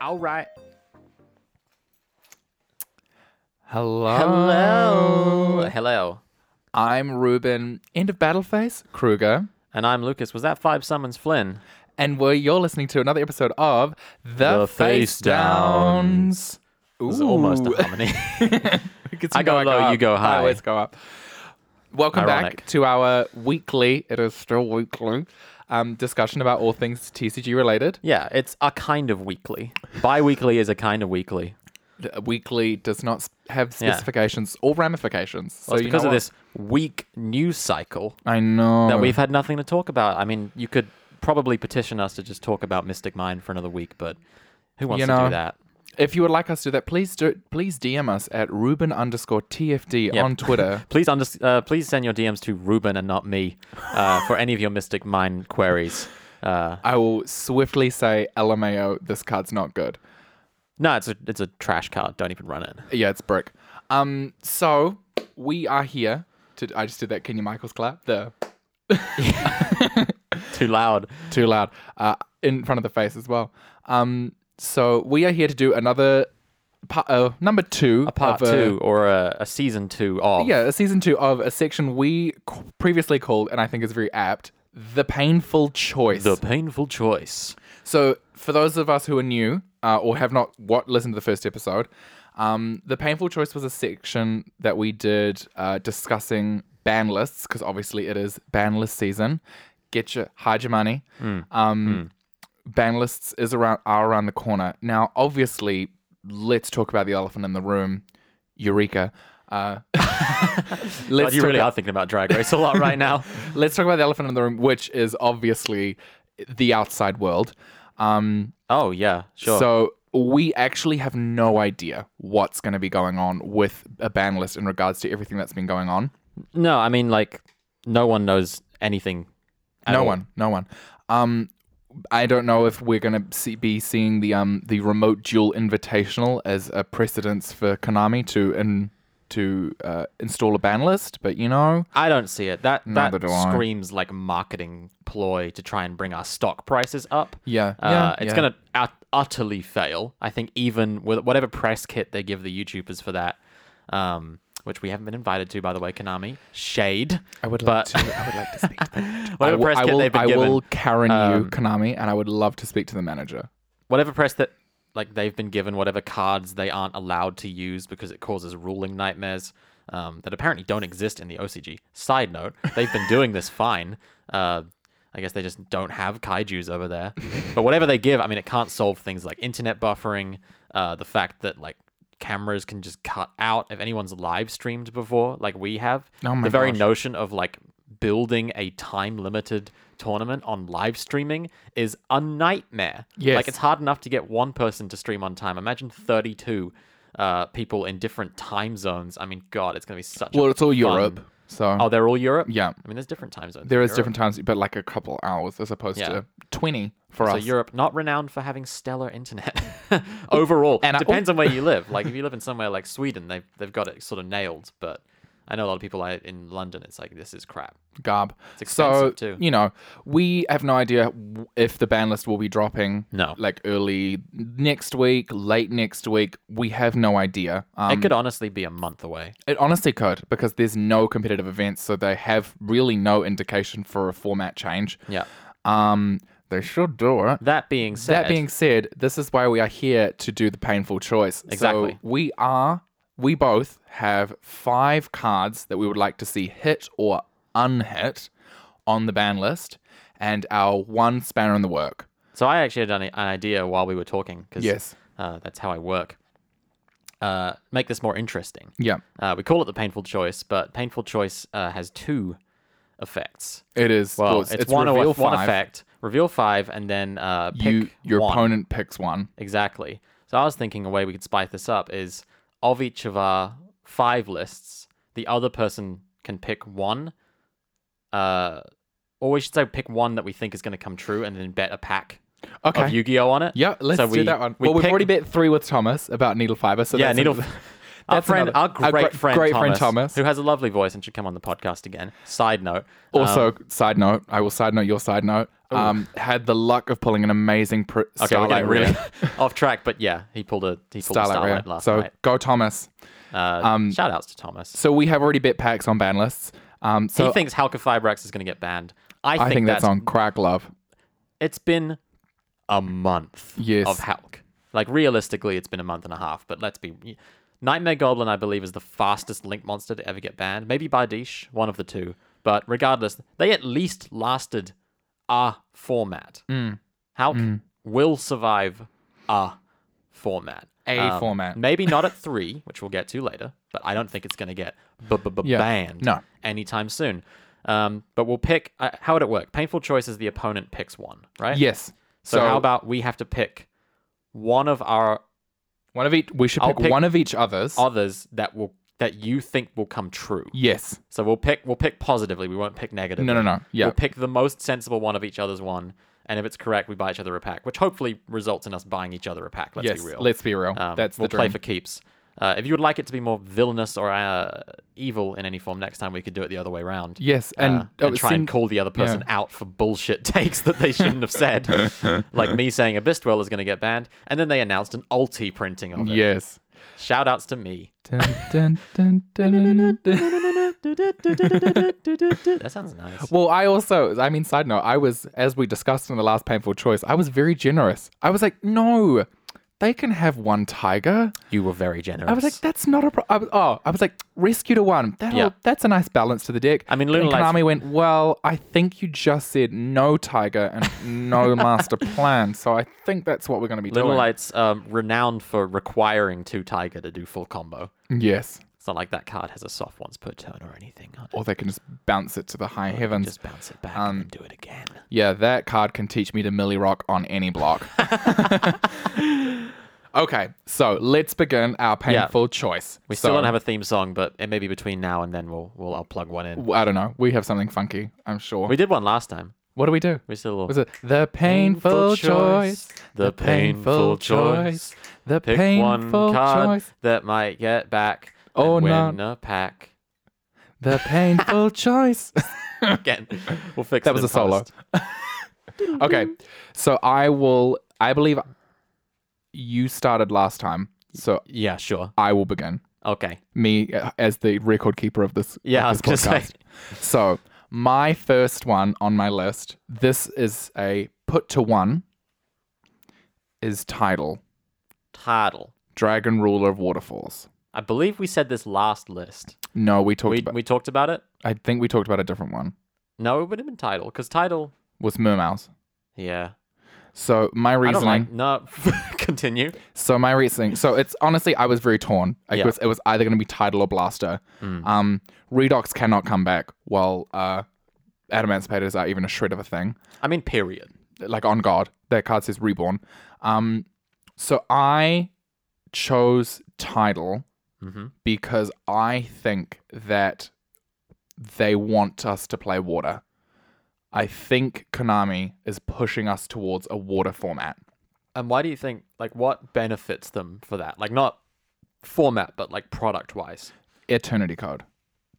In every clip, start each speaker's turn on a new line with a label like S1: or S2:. S1: All right.
S2: Hello.
S1: Hello.
S3: Hello.
S2: I'm Ruben, end of Battleface, Kruger.
S3: And I'm Lucas. Was that Five Summons Flynn?
S2: And well, you're listening to another episode of The,
S3: The Face Downs. It was almost
S2: Ooh.
S3: a harmony.
S2: It's
S3: I go
S2: going
S3: low,
S2: up.
S3: "Oh, you go
S2: I
S3: high.
S2: always go up. Welcome
S3: Ironic.
S2: back to our weekly, it is still weekly, um, discussion about all things TCG related.
S3: yeah, it's a kind of weekly. Bi weekly is a kind of weekly.
S2: The weekly does not s- have specifications or ramifications. So
S3: Well, it's
S2: you
S3: because
S2: know
S3: of
S2: what? Mm.
S3: this weak news cycle
S2: I know.
S3: that we've had nothing to talk about. I mean, you could probably petition us to just talk about Mystic Mind for another week, but who wants
S2: You
S3: to
S2: know,
S3: do that?
S2: If you would like us to do that, please do. Please DM us at Ruben underscore TFD
S3: Yep.
S2: on Twitter.
S3: Please under- uh, please send your DMs to Ruben and not me uh, for any of your Mystic Mind queries. Uh,
S2: I will swiftly say LMAO. This card's not good.
S3: no, it's a it's a trash card. Don't even run it.
S2: Yeah, it's brick. Um, so we are here to. I just did that Kenya Michaels clap. The
S3: Too loud.
S2: too loud uh, in front of the face as well. Um, so we are here to do another part, uh, number two, a
S3: Part two or a, a season two of
S2: yeah, a season two of a section we c- previously called, and I think is very apt, the painful choice.
S3: the painful choice.
S2: So, for those of us who are new uh, or have not what listened to the first episode, um, the painful choice was a section that we did uh, discussing ban lists because obviously it is ban list season. Get your hide your money.
S3: Hmm.
S2: Um, Ban lists is around are around the corner now. Obviously, let's talk about the elephant in the room. Eureka. Uh,
S3: God,
S2: let's
S3: you
S2: talk
S3: really
S2: about-
S3: are thinking about Drag Race a lot right now.
S2: let's talk about the elephant in the room, which is obviously the outside world. Um,
S3: oh yeah, sure.
S2: So we actually have no idea what's going to be going on with a ban list in regards to everything that's been going on.
S3: no, I mean like no one knows anything. at
S2: no
S3: all.
S2: one, no one. Um, I don't know if we're going to see, be seeing the um the remote dual invitational as a precedence for Konami to in, to uh, install a ban list, but you know,
S3: I don't see it. That that
S2: Neither do I.
S3: screams like marketing ploy to try and bring our stock prices up.
S2: yeah, yeah,
S3: Uh, it's
S2: yeah.
S3: going to ut- utterly fail. I think even with whatever press kit they give the YouTubers for that, um, which we haven't been invited to, by the way, Konami shade.
S2: I would
S3: but
S2: like to. I would like to speak to them. I
S3: whatever
S2: will-
S3: press
S2: I
S3: kit
S2: will,
S3: they've been
S2: I
S3: given,
S2: will Karen you,
S3: um,
S2: Konami, and I would love to speak to the manager.
S3: whatever press that like they've been given, whatever cards they aren't allowed to use because it causes ruling nightmares um, that apparently don't exist in the OCG. Side note, they've been doing this fine. Uh, I guess they just don't have kaiju's over there. But whatever they give, I mean, it can't solve things like internet buffering, uh, the fact that like cameras can just cut out if anyone's live streamed before, like we have.
S2: Oh my
S3: the very
S2: gosh.
S3: notion of like building a time limited tournament on live streaming is a nightmare.
S2: Yes.
S3: Like it's hard enough to get one person to stream on time. Imagine 32 uh, people in different time zones. I mean, God, it's going to be such a
S2: Well, it's all
S3: fun-
S2: Europe, so
S3: Oh, they're all Europe?
S2: Yeah.
S3: I mean, there's different time zones.
S2: There
S3: in
S2: is
S3: Europe.
S2: different times, but like a couple hours as opposed
S3: Yeah.
S2: to 20 for
S3: So
S2: us. Oh,
S3: Europe, not renowned for having stellar internet overall.
S2: And I-
S3: Depends on where you live. Like if you live in somewhere like Sweden, they've, they've got it sort of nailed. But I know a lot of people like, in London, it's like, this is crap.
S2: garb. so,
S3: expensive too.
S2: you know, we have no idea w- if the ban list will be dropping
S3: No.
S2: like early next week, late next week. We have no idea. Um,
S3: it could honestly be a month away.
S2: it honestly could because there's no competitive events, so they have really no indication for a format change.
S3: Yeah.
S2: Um, they should do it.
S3: That being said,
S2: That being said, this is why we are here to do the painful choice. So
S3: Exactly.
S2: we are, we both have five cards that we would like to see hit or unhit on the ban list, and our one spanner in the work.
S3: So I actually had an, an idea while we were talking because
S2: Yes.
S3: uh, that's how I work. Uh, make this more interesting.
S2: Yeah,
S3: Uh, we call it the painful choice, but painful choice uh, has two effects.
S2: it is.
S3: Well,
S2: it's,
S3: it's,
S2: it's
S3: one,
S2: reveal
S3: awa- one
S2: five,
S3: effect, reveal five, and then uh, pick
S2: You, your
S3: one.
S2: opponent picks one.
S3: Exactly. So I was thinking a way we could spice this up is of each of our five lists, the other person can pick one. Uh, or we should say pick one that we think is going to come true, and then bet a pack
S2: Okay.
S3: of Yu-Gi-Oh on it.
S2: yeah, let's
S3: So
S2: do
S3: we-
S2: that one.
S3: we
S2: well, we've
S3: pick-
S2: already bet three with Thomas about needle fiber. So
S3: Yeah,
S2: that's
S3: needle.
S2: another-
S3: Our
S2: that's
S3: friend,
S2: another-
S3: our great,
S2: gre-
S3: friend,
S2: great friend
S3: Thomas,
S2: Thomas.
S3: who has a lovely voice and should come on the podcast again. Side note. um,
S2: Also, side note, I will side note your side note. um, had the luck of pulling an amazing pr-
S3: Okay, we're
S2: Starlight
S3: getting really
S2: rare.
S3: off track, but yeah, he pulled a he pulled a
S2: Starlight
S3: starlight
S2: rare.
S3: last
S2: so um,
S3: night.
S2: go Thomas.
S3: Uh, shout outs to Thomas.
S2: So we have already bit packs on ban lists. Um, so
S3: he thinks Halcophybrax is going to get banned. I,
S2: I think that's
S3: that's
S2: on crack love.
S3: it's been a month
S2: Yes.
S3: of Hulk. Like realistically, it's been a month and a half. But let's be Nightmare Goblin, I believe, is the fastest Link monster to ever get banned. Maybe Bardiche, one of the two. But regardless, they at least lasted a format.
S2: Mm.
S3: Hulk will survive a format. Um,
S2: A format.
S3: Maybe not at three, which we'll get to later. But I don't think it's going to get b- b- b-
S2: Yeah.
S3: banned
S2: No.
S3: anytime soon. Um, but we'll pick. Uh, how would it work? Painful choice is the opponent picks one, right?
S2: Yes.
S3: So, how about we have to pick one of our
S2: one of each? We should
S3: I'll
S2: pick,
S3: pick-
S2: one of each others.
S3: others that will that you think will come true.
S2: yes.
S3: So we'll pick we'll pick positively. We won't pick negatively.
S2: No, no, no. Yeah.
S3: We'll pick the most sensible one of each other's one, and if it's correct, we buy each other a pack, which hopefully results in us buying each other a pack. Let's
S2: yes.
S3: be real.
S2: Let's be real.
S3: Um,
S2: that's the
S3: we'll play
S2: dream.
S3: for keeps. Uh, if you would like it to be more villainous or uh, evil in any form, next time we could do it the other way around.
S2: Yes, and-
S3: Uh,
S2: oh,
S3: and
S2: it
S3: try and
S2: seemed-
S3: call the other person out for bullshit takes that they shouldn't have said, like me saying Abyss Dweller is going to get banned, and then they announced an ulti printing of it.
S2: yes.
S3: Shout outs to me.
S2: Dun, dun, dun, dun, dun, dun, dun.
S3: that sounds nice.
S2: Well, I also, I mean, side note, I was, as we discussed in the last painful choice, I was very generous. I was like, no, they can have one tiger.
S3: You were very generous.
S2: I was like, that's not a problem. I was, oh, I was like, rescue to one. That'll,
S3: Yeah.
S2: That's a nice balance to the deck.
S3: I mean, Lunar
S2: and
S3: Lights-
S2: Konami went, well, I think you just said no tiger and no master plan. So I think that's what we're going to be
S3: Little
S2: doing.
S3: Light's um, renowned for requiring two Tiger to do full combo.
S2: yes.
S3: It's not like that card has a soft once per turn or anything. on it.
S2: Or they can just bounce it to the high heavens.
S3: Just bounce it back
S2: Um,
S3: and then do it again.
S2: Yeah, that card can teach me to milli rock on any block. okay, so let's begin our painful choice.
S3: We
S2: so,
S3: still don't have a theme song, but it may be between now and then we'll we'll I'll plug one in.
S2: I don't know. We have something funky, I'm sure.
S3: We did one last time.
S2: what do we do?
S3: We still a little
S2: Was it the painful choice?
S3: The painful choice.
S2: The
S3: Pick
S2: painful
S3: one card
S2: choice.
S3: that might get back.
S2: Oh,
S3: and
S2: no.
S3: win a pack.
S2: The painful choice.
S3: Again, we'll fix
S2: That
S3: it
S2: was
S3: in
S2: a solo.
S3: post.
S2: okay, so I will. I believe you started last time, so
S3: Yeah, sure.
S2: I will begin.
S3: Okay.
S2: Me uh, as the record keeper of this.
S3: Yeah, I
S2: of
S3: was gonna
S2: this
S3: say.
S2: podcast. So, my first one on my list, this is a put to one, is Tidal,
S3: Title.
S2: Dragon Ruler of Waterfalls.
S3: I believe we said this last list.
S2: No, we talked
S3: We
S2: about.
S3: we talked about it.
S2: I think we talked about a different one.
S3: No, it would have been title because title.
S2: Was Mermouse.
S3: Yeah.
S2: So my reasoning.
S3: I don't like. No. Continue.
S2: So my reasoning. So it's honestly, I was very torn. I
S3: Yeah.
S2: guess it was either going to be Tidal or Blaster. Um, Redox cannot come back. While uh, Adamantispators are even a shred of a thing.
S3: I mean, period.
S2: like on guard. Their card says reborn. Um, so I chose title
S3: Mhm.
S2: because I think that they want us to play water. I think Konami is pushing us towards a water format.
S3: And why do you think like what benefits them for that? Like not format, but like product wise.
S2: Eternity Code.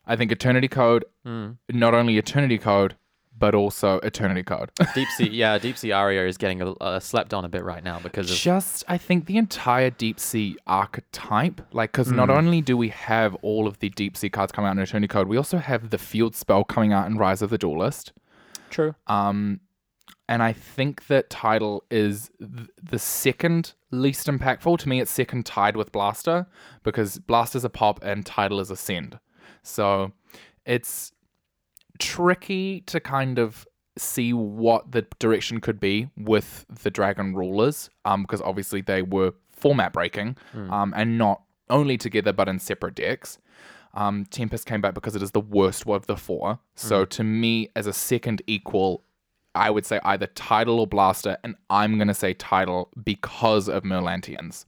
S2: I think Eternity Code, not only Eternity Code, but also Eternity Code.
S3: Deep sea, yeah, deep sea Aria is getting a, uh, slept on a bit right now because of
S2: just i think the entire deep sea archetype like because not only do we have all of the deep sea cards coming out in attorney code we also have the field spell coming out in rise of the duelist
S3: true.
S2: um and i think that title is th- the second least impactful to me it's second tied with blaster because blaster's a pop and title is a send so it's tricky to kind of see what the direction could be with the Dragon Rulers, um, because obviously they were format breaking, um, and not only together but in separate decks. Um, Tempest came back because it is the worst of the four. So to me, as a second equal, I would say either Tidal or Blaster, and I'm gonna say Tidal because of Merlantians.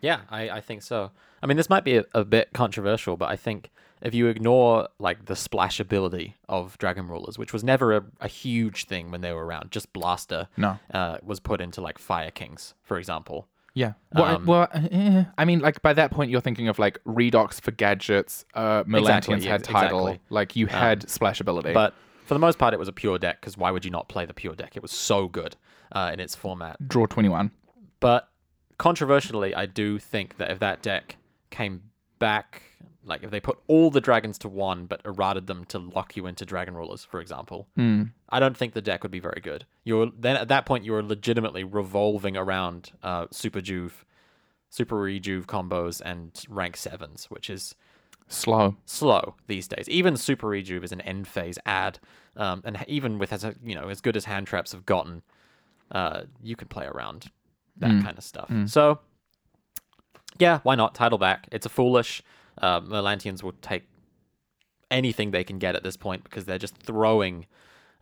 S3: Yeah, I, I think so. I mean, this might be a, a bit controversial, but I think if you ignore like the splash ability of Dragon Rulers, which was never a, a huge thing when they were around, just Blaster
S2: No.
S3: uh, was put into like Fire Kings, for example.
S2: Yeah. Well,
S3: Um,
S2: I, well, eh, I mean, like by that point, you're thinking of like Redox for gadgets. Uh, Melantians
S3: Exactly,
S2: had
S3: ex- exactly. Um,
S2: title. Like you had splash ability.
S3: But for the most part, it was a pure deck because why would you not play the pure deck? It was so good uh, in its format.
S2: Draw 21.
S3: But controversially, I do think that if that deck came back, like if they put all the dragons to one but errated them to lock you into dragon rulers, for example, I don't think the deck would be very good. You're then at that point you are legitimately revolving around uh, super juve, super rejuve combos and rank sevens, which is
S2: Slow.
S3: slow these days. Even Super Rejuve is an end phase ad, um, and h- even with as you know as good as hand traps have gotten, uh, you can play around that
S2: Hmm.
S3: kind of stuff. So, yeah, why not title back? It's a foolish. Uh, Merlantians will take anything they can get at this point because they're just throwing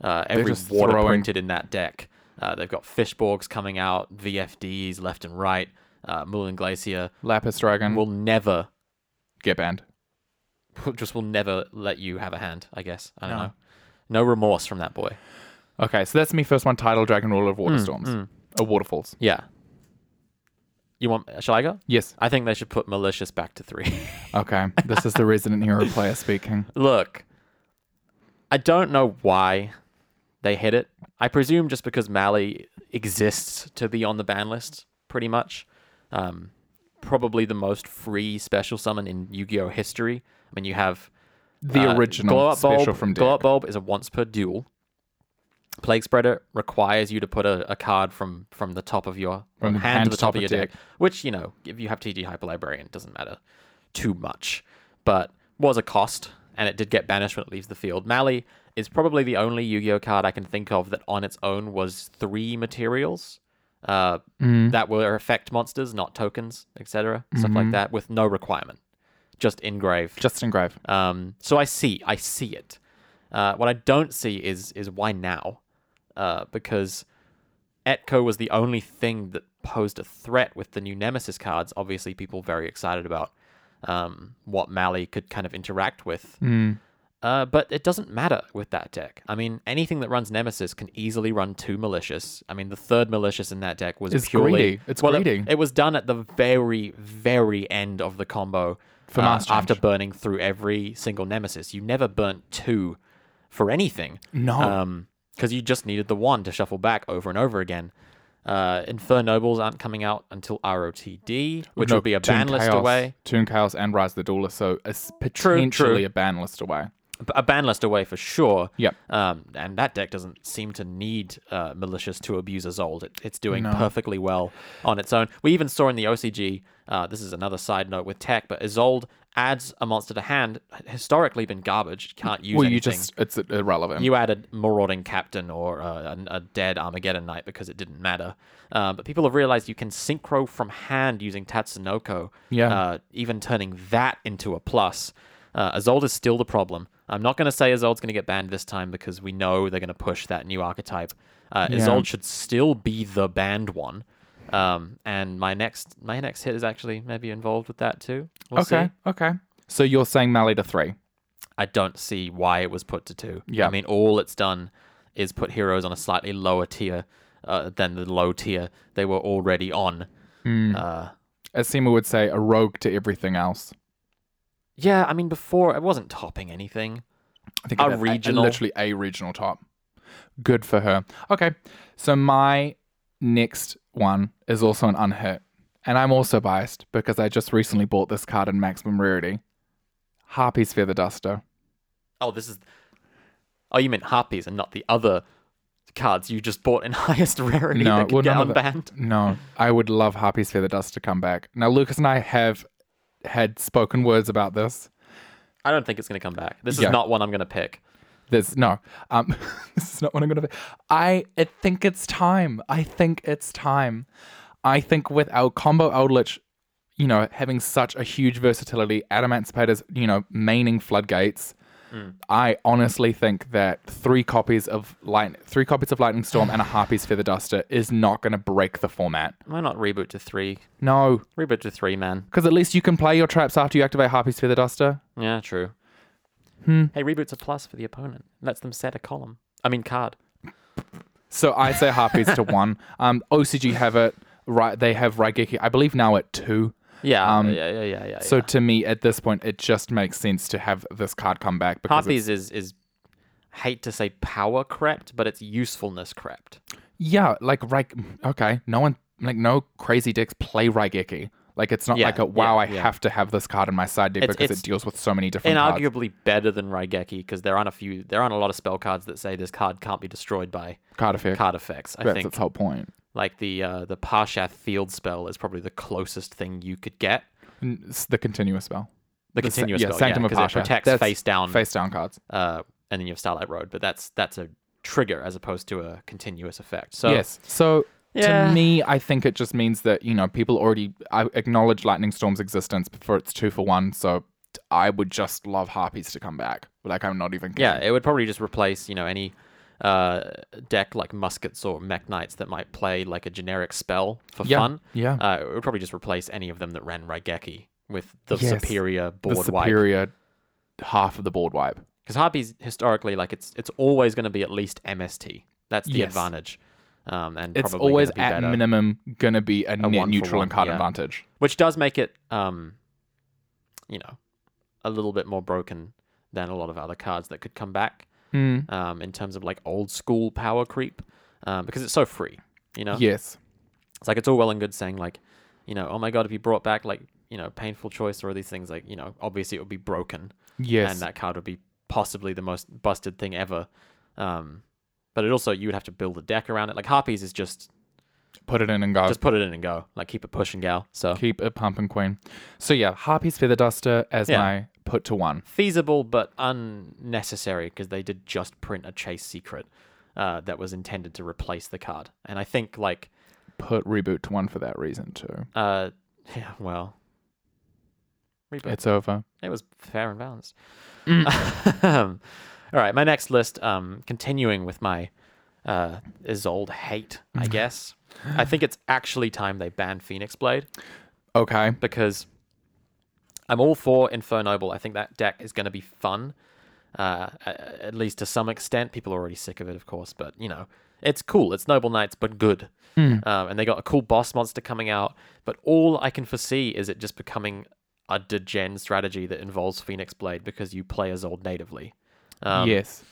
S3: uh, every
S2: just
S3: water
S2: throwing.
S3: printed in that deck. Uh, they've got Fishborgs coming out, VFDs left and right. Uh, Mullen Glacier
S2: Lapis Dragon.
S3: will never
S2: get banned.
S3: just will never let you have a hand, I guess. I don't know. No remorse from that boy.
S2: Okay, so that's me first one title Dragon Ruler of
S3: Hmm,
S2: Waterstorms. Or Waterfalls.
S3: Yeah. You want shall I go?
S2: Yes.
S3: I think they should put malicious back to three.
S2: Okay. This is the resident hero player speaking.
S3: Look. I don't know why they hit it. I presume just because Mali exists to be on the ban list, pretty much. Um, probably the most free special summon in Yu-Gi-Oh history. I mean, you have
S2: The
S3: Uh,
S2: original
S3: glow up
S2: special
S3: bulb,
S2: from
S3: Glow
S2: deck.
S3: up bulb is a once per duel. Plague spreader requires you to put a, a card from from the top of your
S2: From
S3: hand, to the top, of your deck, which you know if you have TD Hyper Librarian it doesn't matter too much, but was a cost and it did get banished when it leaves the field. Mali is probably the only Yu-Gi-Oh card I can think of that on its own was three materials uh,
S2: Mm.
S3: that were effect monsters, not tokens, etc. Stuff
S2: Mm-hmm.
S3: like that with no requirement, just engrave.
S2: Justin Grave.
S3: Um, so I see, I see it. Uh, what I don't see is is why now, uh, because Etco was the only thing that posed a threat with the new Nemesis cards. Obviously, people very excited about um, what Mali could kind of interact with.
S2: Hmm.
S3: Uh, but it doesn't matter with that deck. I mean, anything that runs Nemesis can easily run two Malicious. I mean, the third Malicious in that deck was
S2: It's
S3: purely
S2: greedy. It's
S3: well, it-
S2: greedy.
S3: It, was done at the very, very end of the combo uh,
S2: For mass change.
S3: after burning through every single Nemesis. You never burnt two for anything.
S2: No.
S3: Um, because you just needed the one to shuffle back over and over again. Uh, Infernobles aren't coming out until ROTD, which
S2: No,
S3: would be a
S2: Toon
S3: ban list
S2: Chaos-
S3: away.
S2: Toon Chaos and Rise of the Duelist, so it's
S3: True,
S2: potentially
S3: true.
S2: a ban list away.
S3: A ban list away for sure.
S2: Yep.
S3: Um, and that deck doesn't seem to need uh, malicious to abuse as old. It, it's doing
S2: No.
S3: perfectly well on its own. We even saw in the OCG. Uh, this is another side note with tech, but Isolde adds a monster to hand. Historically, been garbage. Can't use
S2: Well,
S3: anything.
S2: you just, it's irrelevant.
S3: You added marauding captain or uh, a, a dead Armageddon knight because it didn't matter. Uh, but people have realized you can synchro from hand using Tatsunoko.
S2: Yeah.
S3: Uh, even turning that into a plus. Uh, Azold is still the problem. I'm not going to say Azold's going to get banned this time because we know they're going to push that new archetype. Uh,
S2: Yeah.
S3: Isolde should still be the banned one. Um, and my next my next hit is actually maybe involved with that too. We'll see.
S2: okay, okay. So you're saying Mali to three.
S3: I don't see why it was put to two.
S2: Yeah.
S3: I mean, all it's done is put heroes on a slightly lower tier uh, than the low tier they were already on.
S2: Hmm.
S3: Uh,
S2: As Seymour would say, a rogue to everything else.
S3: yeah, I mean, before it wasn't topping anything.
S2: I think
S3: A
S2: it had
S3: regional.
S2: literally a regional top. Good for her. Okay, so my next one is also an unhit, and I'm also biased because I just recently bought this card in maximum rarity. Harpy's Feather Duster.
S3: Oh, this is. Oh, you meant harpies and not the other cards you just bought in highest rarity
S2: No,
S3: that could
S2: well,
S3: get
S2: none of
S3: unbanned.
S2: No, I would love Harpy's Feather Duster to come back. Now, Lucas and I have had spoken words about this.
S3: I don't think it's going to come back. This
S2: Yeah.
S3: is not one I'm going to pick.
S2: There's no. Um, this is not what I'm gonna. Be. I, I think it's time. I think it's time. I think with our combo Eldritch, you know, having such a huge versatility, Adamantipator's, you know, maining floodgates. I honestly think that three copies of light, three copies of Lightning Storm, and a Harpy's Feather Duster is not going to break the format.
S3: Why not reboot to three?
S2: No,
S3: Reboot to three, man.
S2: because at least you can play your traps after you activate Harpy's Feather Duster.
S3: Yeah, true.
S2: Hmm.
S3: Hey, reboot's a plus for the opponent. Lets them set a column. I mean, card.
S2: So I say Harpies to one. Um, OCG have it. Right, they have Raigeki. I believe now at two.
S3: Yeah,
S2: Um,
S3: yeah, yeah, yeah, yeah.
S2: So
S3: yeah.
S2: to me, at this point, it just makes sense to have this card come back because
S3: Harpies is is hate to say power crept, but it's usefulness crept.
S2: Yeah, like Reich. Okay, no one like no crazy dicks play Raigeki. Like it's not
S3: Yeah,
S2: like a wow,
S3: yeah,
S2: I
S3: yeah.
S2: have to have this card in my side deck
S3: It's-
S2: because
S3: it's
S2: it deals with so many different
S3: And
S2: cards.
S3: arguably better than Raigeki because there aren't a few, there aren't a lot of spell cards that say this card can't be destroyed by
S2: card effect.
S3: card effects. I
S2: That's
S3: think
S2: its whole point.
S3: like the uh, the Parshath Field spell is probably the closest thing you could get.
S2: N- It's the continuous spell.
S3: The,
S2: The sa-
S3: continuous
S2: yeah,
S3: spell,
S2: Sanctum
S3: yeah,
S2: of
S3: 'cause
S2: Pasha.
S3: it protects
S2: That's
S3: face down,
S2: Face down cards.
S3: uh, and then you have Starlight Road. But that's that's a trigger as opposed to a continuous effect. So
S2: yes. So
S3: Yeah.
S2: to me, I think it just means that you know people already I acknowledge Lightning Storm's existence before it's two for one. So t- I would just love Harpies to come back. Like I'm not even.
S3: Yeah,
S2: kidding.
S3: it would probably just replace, you know, any uh, deck like muskets or mech knights that might play like a generic spell for
S2: Yeah,
S3: fun.
S2: yeah.
S3: Uh, it would probably just replace any of them that ran Raigeki with the
S2: Yes,
S3: superior
S2: the
S3: board wipe.
S2: superior half of the board wipe.
S3: Because Harpies historically, like it's it's always going to be at least MST. That's the
S2: Yes.
S3: advantage. Um, and
S2: It's
S3: probably
S2: always
S3: gonna be
S2: at
S3: better,
S2: minimum gonna be a, net
S3: one for
S2: neutral
S3: one,
S2: and card
S3: yeah.
S2: advantage.
S3: which does make it, um, you know, a little bit more broken than a lot of other cards that could come back.
S2: Hmm.
S3: um, in terms of like old school power creep um, because it's so free. You know,
S2: Yes.
S3: it's like it's all well and good saying like, you know, oh my god, if you brought back like you know painful choice or these things like you know obviously it would be broken
S2: Yes.
S3: and uh, that card would be possibly the most busted thing ever. Um, but it also you would have to build a deck around it. Like harpies is just
S2: Put it in and go.
S3: just put it in and go. Like keep it pushing, gal. So
S2: Keep it pumping, queen. So yeah, Harpies Feather Duster as
S3: Yeah.
S2: my put to one.
S3: feasible but unnecessary because they did just print a chase secret uh, that was intended to replace the card. And I think like
S2: Put reboot to one for that reason too.
S3: Uh, yeah, well, Reboot.
S2: It's over.
S3: It was fair and balanced. um, all right, my next list, um, continuing with my uh, Isolde hate, I guess. I think it's actually time they banned Phoenix Blade
S2: Okay.
S3: because I'm all for Infernoble. I think that deck is going to be fun, uh, a- at least to some extent. People are already sick of it, of course, but you know, it's cool. It's Noble Knights, but good. Um, and they got a cool boss monster coming out, but all I can foresee is it just becoming a degen strategy that involves Phoenix Blade because you play as old natively. Um,
S2: yes.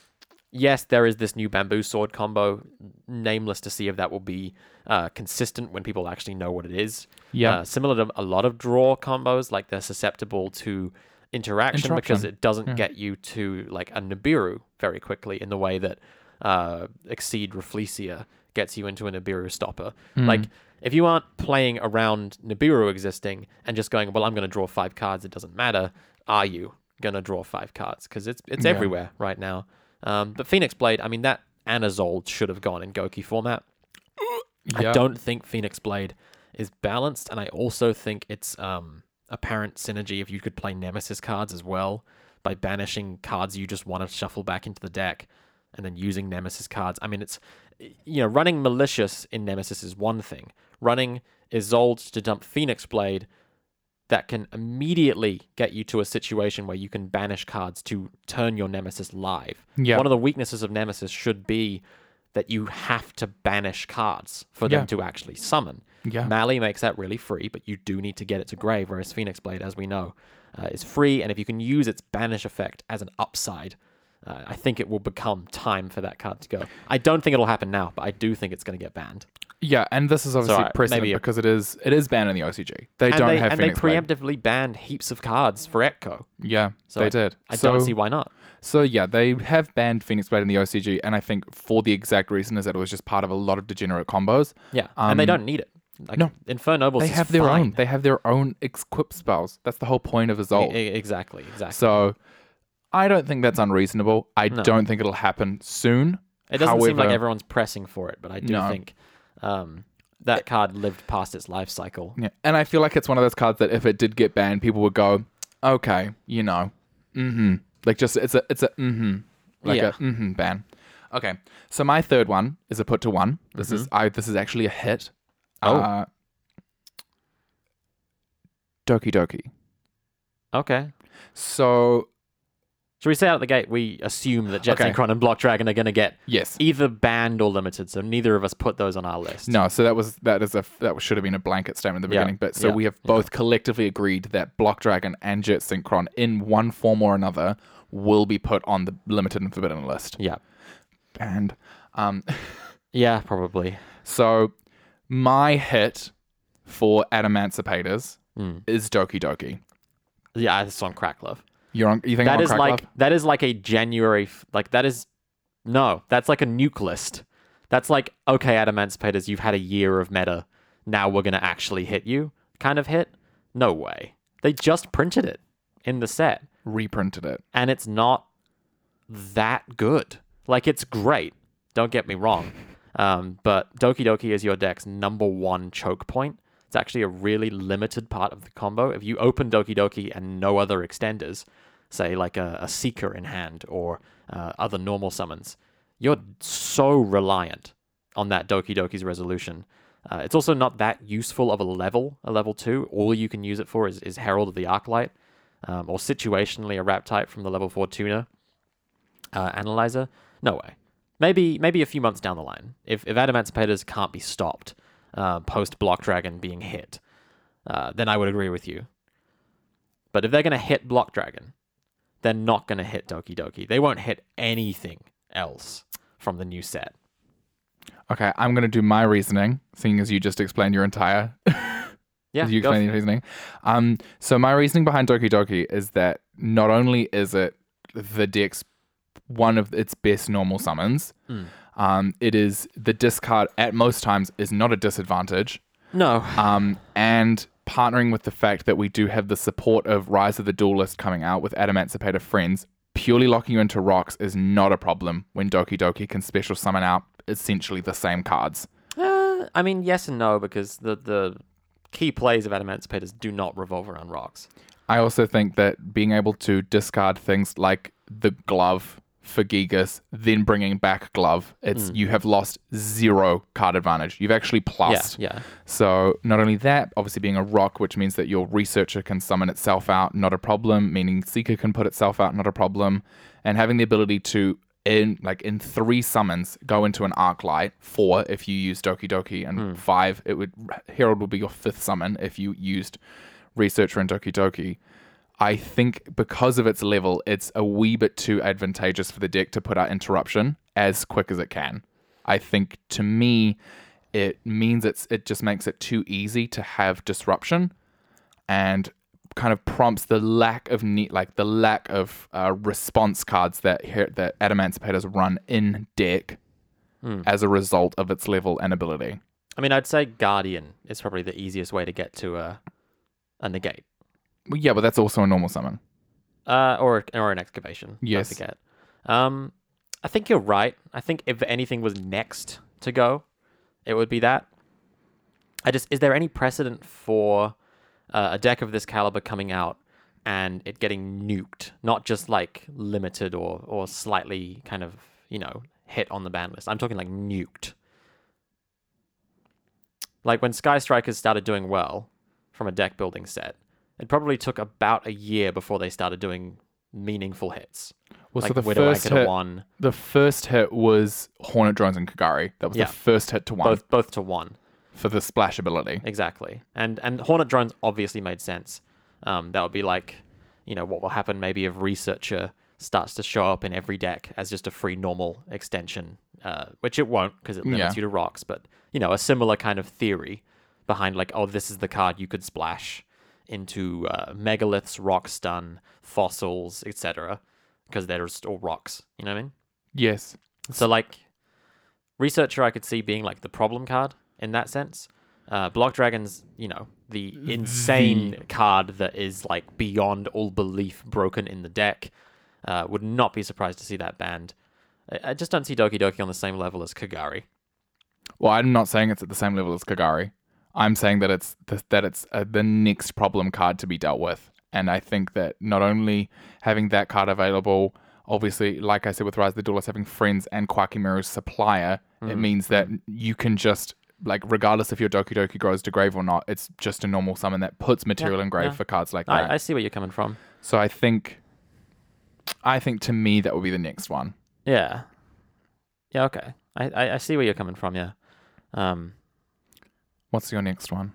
S3: yes, there is this new bamboo sword combo. Nameless to see if that will be uh, consistent when people actually know what it is.
S2: Yeah.
S3: Uh, similar to a lot of draw combos, like they're susceptible to interaction because
S2: Interruption.
S3: it doesn't get you to like a Nibiru very quickly in the way that uh, Exceed Reflecia gets you into a Nibiru stopper. Like, if you aren't playing around Nibiru existing and just going, well, I'm going to draw five cards, it doesn't matter, are you going to draw five cards? Because it's, it's
S2: Yeah.
S3: everywhere right now. Um, but Phoenix Blade, I mean, that Anazold should have gone in Goki format. I
S2: Yeah.
S3: don't think Phoenix Blade is balanced, and I also think it's um, apparent synergy if you could play Nemesis cards as well by banishing cards you just want to shuffle back into the deck and then using Nemesis cards. I mean, it's you know running Malicious in Nemesis is one thing. Running Isolde to dump Phoenix Blade that can immediately get you to a situation where you can banish cards to turn your nemesis live.
S2: Yeah.
S3: One of the weaknesses of nemesis should be that you have to banish cards for
S2: Yeah.
S3: them to actually summon.
S2: Yeah.
S3: Mali makes that really free, but you do need to get it to grave, whereas Phoenix Blade, as we know, uh, is free. And if you can use its banish effect as an upside, uh, I think it will become time for that card to go. I don't think it'll happen now, but I do think it's going to get banned.
S2: Yeah, and this is obviously
S3: Sorry,
S2: precedent
S3: maybe a-
S2: because it is it is banned in the OCG. They
S3: and
S2: don't
S3: they,
S2: have
S3: and
S2: Phoenix
S3: they
S2: Blade.
S3: preemptively banned heaps of cards for Echo.
S2: Yeah,
S3: So
S2: they
S3: I-
S2: did.
S3: I
S2: so,
S3: don't see why not.
S2: So yeah, they have banned Phoenix Blade in the OCG, and I think for the exact reason is that it was just part of a lot of degenerate combos.
S3: Yeah, and they don't need it. Like,
S2: um, no.
S3: Infernobles.
S2: They
S3: is
S2: have their
S3: fine.
S2: own. They have their own equip spells. That's the whole point of Azul.
S3: E- e- exactly, exactly.
S2: So I don't think that's unreasonable. I don't think it'll happen soon.
S3: it doesn't seem like
S2: however-
S3: everyone's pressing for it, but I do
S2: No.
S3: think um, that card lived past its life cycle.
S2: Yeah. And I feel like it's one of those cards that if it did get banned, people would go, okay, you know, mm-hmm. Like just it's a it's a mm-hmm. Like
S3: Yeah.
S2: a mm-hmm ban. Okay. So my third one is a put to one. This is I this is actually a hit.
S3: Mm-hmm. Oh.
S2: Uh, Doki Doki.
S3: Okay,
S2: So
S3: Should we say out of the gate, we assume that Jet
S2: Okay.
S3: Synchron and Block Dragon are going to get
S2: Yes.
S3: either banned or limited. So neither of us put those on our list.
S2: No, so that was that is a that should have been a blanket statement at the
S3: Yeah,
S2: beginning. But so
S3: yeah,
S2: we have both collectively agreed that Block Dragon and Jet Synchron, in one form or another, will be put on the limited and forbidden list.
S3: Yeah.
S2: And um,
S3: Yeah, probably.
S2: so my hit for Adamancipators
S3: Hmm.
S2: is Doki Doki.
S3: Yeah, it's on Crack Love.
S2: You're on. You think
S3: That
S2: I'm on
S3: is
S2: crack
S3: like
S2: love?
S3: that is like a January f- like that is no, that's like a nuke list. That's like okay, Adamancipators, you've had a year of meta. Now we're gonna actually hit you. Kind of hit. No way. They just printed it in the set,
S2: reprinted it?
S3: and it's not that good. Like it's great. Don't get me wrong. Um, but Doki Doki is your deck's number one choke point. It's actually a really limited part of the combo. If you open Doki Doki and no other extenders, say like a, a Seeker in hand or uh, other normal summons, you're so reliant on that Doki Doki's resolution. Uh, it's also not that useful of a level, a level two. All you can use it for is, is Herald of the Arclight um, or situationally a Raptite from the level four tuner uh, analyzer. No way. Maybe maybe a few months down the line, if if adamancipators can't be stopped uh, post Block Dragon being hit, uh, then I would agree with you. But if they're gonna hit Block Dragon, they're not gonna hit Doki Doki. They won't hit anything else from the new set.
S2: Okay, I'm gonna do my reasoning, seeing as you just explained your entire
S3: Yeah,
S2: Did you
S3: go
S2: explain your reasoning? Um, so my reasoning behind Doki Doki is that not only is it the deck's one of its best normal summons,
S3: Hmm.
S2: um, it is the discard at most times is not a disadvantage.
S3: f- no,
S2: Um, and partnering with the fact that we do have the support of Rise of the Duelist coming out with Adamancipator Friends, purely locking you into rocks is not a problem when Doki Doki can special summon out essentially the same cards.
S3: Uh, I mean yes and no because the the key plays of adamancipators do not revolve around rocks.
S2: I also think that being able to discard things like the glove for Gigas, then bringing back glove, it's you have lost zero card advantage. You've actually
S3: Yeah,
S2: plus.
S3: yeah.
S2: So not only that, obviously being a rock, which means that your researcher can summon itself out, not a problem. Meaning Seeker can put itself out, not a problem. And having the ability to in like in three summons go into an arc light four if you use Doki Doki, and five it would Herald would be your fifth summon if you used researcher and Doki Doki. I think because of its level, it's a wee bit too advantageous for the deck to put out interruption as quick as it can. I think to me, it means it's it just makes it too easy to have disruption, and kind of prompts the lack of need, like the lack of uh, response cards that he- that Adamancipators run in deck as a result of its level and ability.
S3: I mean, I'd say Guardian is probably the easiest way to get to a, a negate
S2: Well, yeah, but that's also a normal summon.
S3: uh, or or an excavation. don't
S2: Yes.
S3: forget. Um, I think you're right. I think if anything was next to go, it would be that. I just is there any precedent for uh, a deck of this caliber coming out and it getting nuked, not just like limited or or slightly kind of you know hit on the ban list. I'm talking like nuked. Like when Sky Strikers started doing well from a deck building set, it probably took about a year before they started doing meaningful hits.
S2: Well,
S3: like
S2: so the
S3: Widow
S2: first
S3: I could have
S2: hit,
S3: won
S2: the first hit was Hornet Drones and Kagari. That was
S3: Yeah.
S2: the first hit to one
S3: both both to one.
S2: for the splash ability.
S3: Exactly. And and Hornet drones obviously made sense. Um, that would be like, you know, what will happen maybe if Researcher starts to show up in every deck as just a free normal extension, uh, which it won't because it limits
S2: Yeah.
S3: you to rocks. But you know, a similar kind of theory behind like, oh, this is the card you could splash into uh, megaliths, rock stun, fossils, etc. Because they're just all rocks. You know what I mean?
S2: Yes.
S3: So like researcher I could see being like the problem card in that sense. Uh, Block Dragon's, you know, the insane card that is like beyond all belief broken in the deck. Uh, would not be surprised to see that banned. I, I just don't see Doki Doki on the same level as Kagari.
S2: Well, I'm not saying it's at the same level as Kagari. I'm saying that it's th- that it's uh, the next problem card to be dealt with, and I think that not only having that card available, obviously, like I said with Rise of the Duelist, having friends and Quackimaru's supplier, it
S3: Mm.
S2: means that you can just like regardless if your Doki Doki grows to grave or not, it's just a normal summon that puts material in grave
S3: yeah.
S2: for cards like that.
S3: I, I see where you're coming from.
S2: so I think I think to me that would be the next one.
S3: Yeah. Yeah, okay. I, I, I see where you're coming from, yeah. Um,
S2: What's your next one?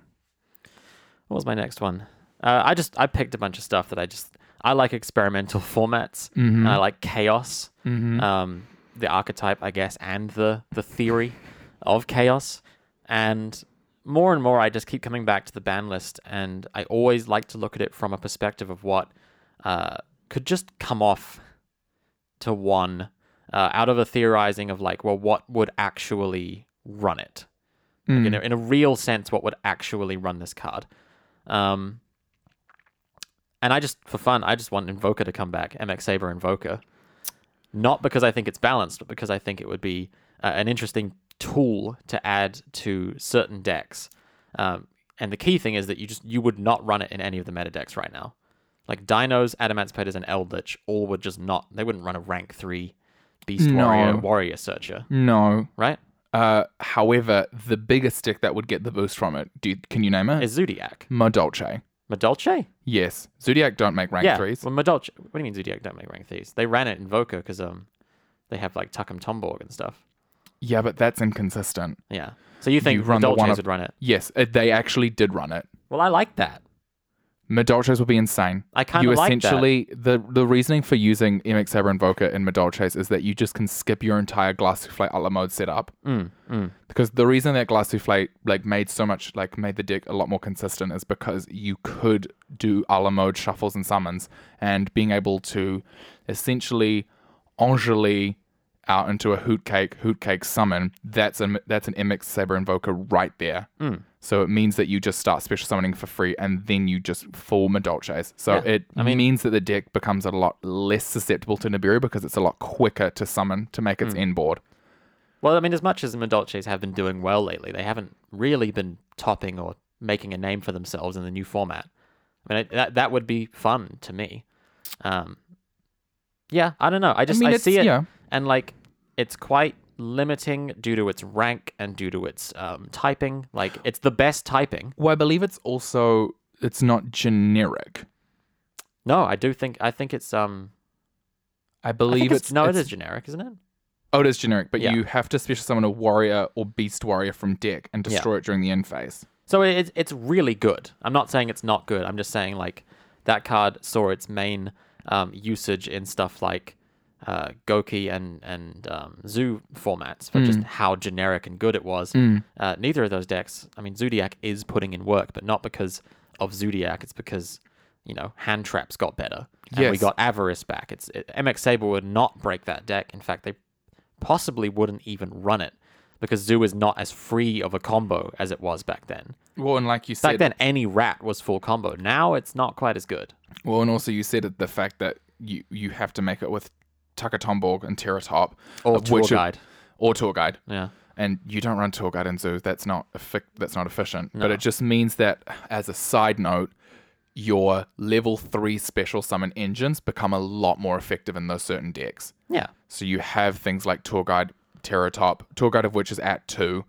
S3: what was my next one? Uh, I just I picked a bunch of stuff that I just I like experimental formats. And I like chaos, um, the archetype, I guess, and the the theory of chaos. And more and more, I just keep coming back to the ban list, and I always like to look at it from a perspective of what uh, could just come off to one uh, out of a theorizing of like, well, what would actually run it? Like, in, a, in a real sense, what would actually run this card? Um, and I just, for fun, I just want Invoker to come back, MX Saber Invoker. Not because I think it's balanced, but because I think it would be uh, an interesting tool to add to certain decks. Um, and the key thing is that you just you would not run it in any of the meta decks right now. Like Dinos, Adamantipated, and Eldritch all would just not. They wouldn't run a rank three Beast
S2: No.
S3: Warrior Warrior Searcher,
S2: No.
S3: right?
S2: Uh, however, the biggest stick that would get the boost from it, do you, can you name it?
S3: Is Zodiac
S2: Modolce.
S3: Madolce?
S2: Yes. Zodiac don't make rank
S3: yeah.
S2: threes.
S3: Well, Madolce. What do you mean Zodiac don't make rank threes? They ran it Invoker because um, they have like Tuckum Tomborg and stuff.
S2: Yeah, but that's inconsistent.
S3: Yeah. So you think
S2: You run the one
S3: Madolces
S2: up-
S3: would run it?
S2: Yes, uh, they actually did run it.
S3: Well, I like that.
S2: Medolces would be insane.
S3: I kinda
S2: You
S3: like that.
S2: essentially the the reasoning for using MX Saber Invoker in Medolces is that you just can skip your entire Glass Souffle a la mode setup.
S3: Mm, mm.
S2: Because the reason that Glass Souffle like made so much like made the deck a lot more consistent is because you could do a la mode shuffles and summons and being able to essentially Angeli out into a hootcake, hootcake summon, that's a that's an MX Saber Invoker right there.
S3: Hmm.
S2: So it means that you just start special summoning for free and then you just full Madolces. So
S3: Yeah,
S2: it means that the deck becomes a lot less susceptible to Nibiru because it's a lot quicker to summon to make
S3: Hmm.
S2: its end board.
S3: Well, I mean, as much as the Madolces have been doing well lately, they haven't really been topping or making a name for themselves in the new format. I mean, it, that that would be fun to me. Um, yeah, I don't know. I just I,
S2: mean, it's-
S3: see it,
S2: yeah.
S3: and like it's quite limiting due to its rank and due to its um, typing. Like it's the best typing.
S2: Well, I believe it's also it's not generic.
S3: No, I do think I think it's um.
S2: I
S3: I
S2: believe
S3: think it's,
S2: it's,
S3: no,
S2: it's
S3: it is generic, isn't it?
S2: Oh, it is generic, but
S3: Yeah.
S2: you have to special summon a warrior or beast warrior from deck and
S3: Yeah.
S2: destroy it during the end phase.
S3: So it, it's- it's really good. I'm not saying it's not good. I'm just saying like that card saw its main um, usage in stuff like uh, Goki and and um, Zoo formats for just how generic and good it was. Uh, neither of those decks. I mean, Zodiac is putting in work, but not because of Zodiac. It's because you know hand traps got better and we
S2: Yes.
S3: got Avarice back. It's it, MX Saber would not break that deck. In fact, they possibly wouldn't even run it. Because Zoo is not as free of a combo as it was back then.
S2: Well, and like you
S3: Back
S2: said,
S3: then, any rat was full combo. Now it's not quite as good.
S2: well, and also you said it, the fact that you you have to make it with Tucker Tomborg and Terratop
S3: Or
S2: of
S3: tour
S2: which are-
S3: guide.
S2: or tour guide.
S3: Yeah.
S2: and you don't run tour guide in zoos. That's not effic- that's not efficient. But it just means that, as a side note, your level three special summon engines become a lot more effective in those certain decks.
S3: Yeah.
S2: So you have things like tour guide, Terratop, tour guide of which is at two.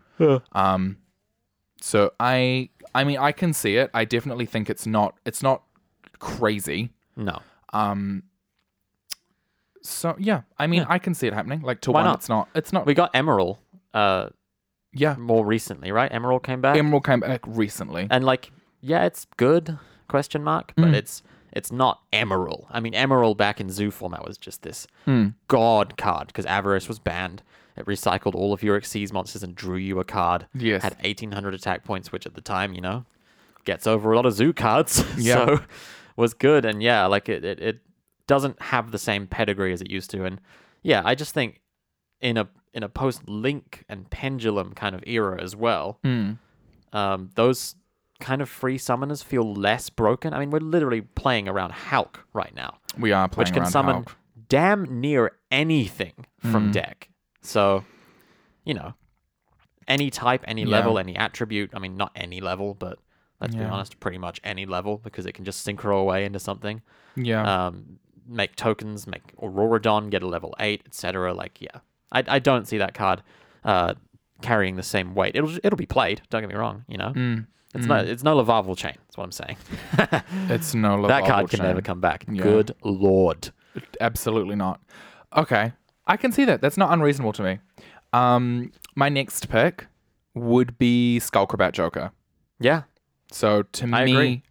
S2: Um, so I I mean I can see it. I definitely think it's not it's not crazy.
S3: No.
S2: Um. So yeah, I mean I can see it happening. Like to
S3: Why
S2: one,
S3: not?
S2: it's not it's not
S3: We got Emerald uh,
S2: yeah.
S3: more recently, right? Emerald came back.
S2: Emerald came back recently.
S3: and like, yeah, it's good, question mark, but it's it's not Emerald. I mean, Emerald back in zoo format was just this god card because Avarice was banned. It recycled all of your Xyz monsters and drew you a card.
S2: Yes.
S3: Had 1800 attack points, which at the time, you know, gets over a lot of zoo cards.
S2: Yeah.
S3: so was good. And yeah, like it, it, it doesn't have the same pedigree as it used to. And yeah, I just think in a in a post link and pendulum kind of era as well, um, those kind of free summoners feel less broken. I mean, we're literally playing around Hulk right now,
S2: We are playing
S3: which can
S2: around
S3: summon
S2: Hulk.
S3: damn near anything
S2: Mm.
S3: from deck. So, you know, any type, any level, any attribute. I mean, not any level, but let's be
S2: Yeah.
S3: honest, pretty much any level because it can just synchro away into something.
S2: Yeah.
S3: Um, make tokens, make Auroradon, get a level eight, etc. Like, yeah, I, I don't see that card uh, carrying the same weight. It'll it'll be played. Don't get me wrong. You know,
S2: Mm.
S3: it's no it's no Lavarval chain. That's what I'm saying.
S2: it's no
S3: that card can never come back. Good lord.
S2: Absolutely not. Okay. I can see that. That's not unreasonable to me. Um, my next pick would be Skullcrabat Joker.
S3: Yeah.
S2: So to
S3: I
S2: me,
S3: agree.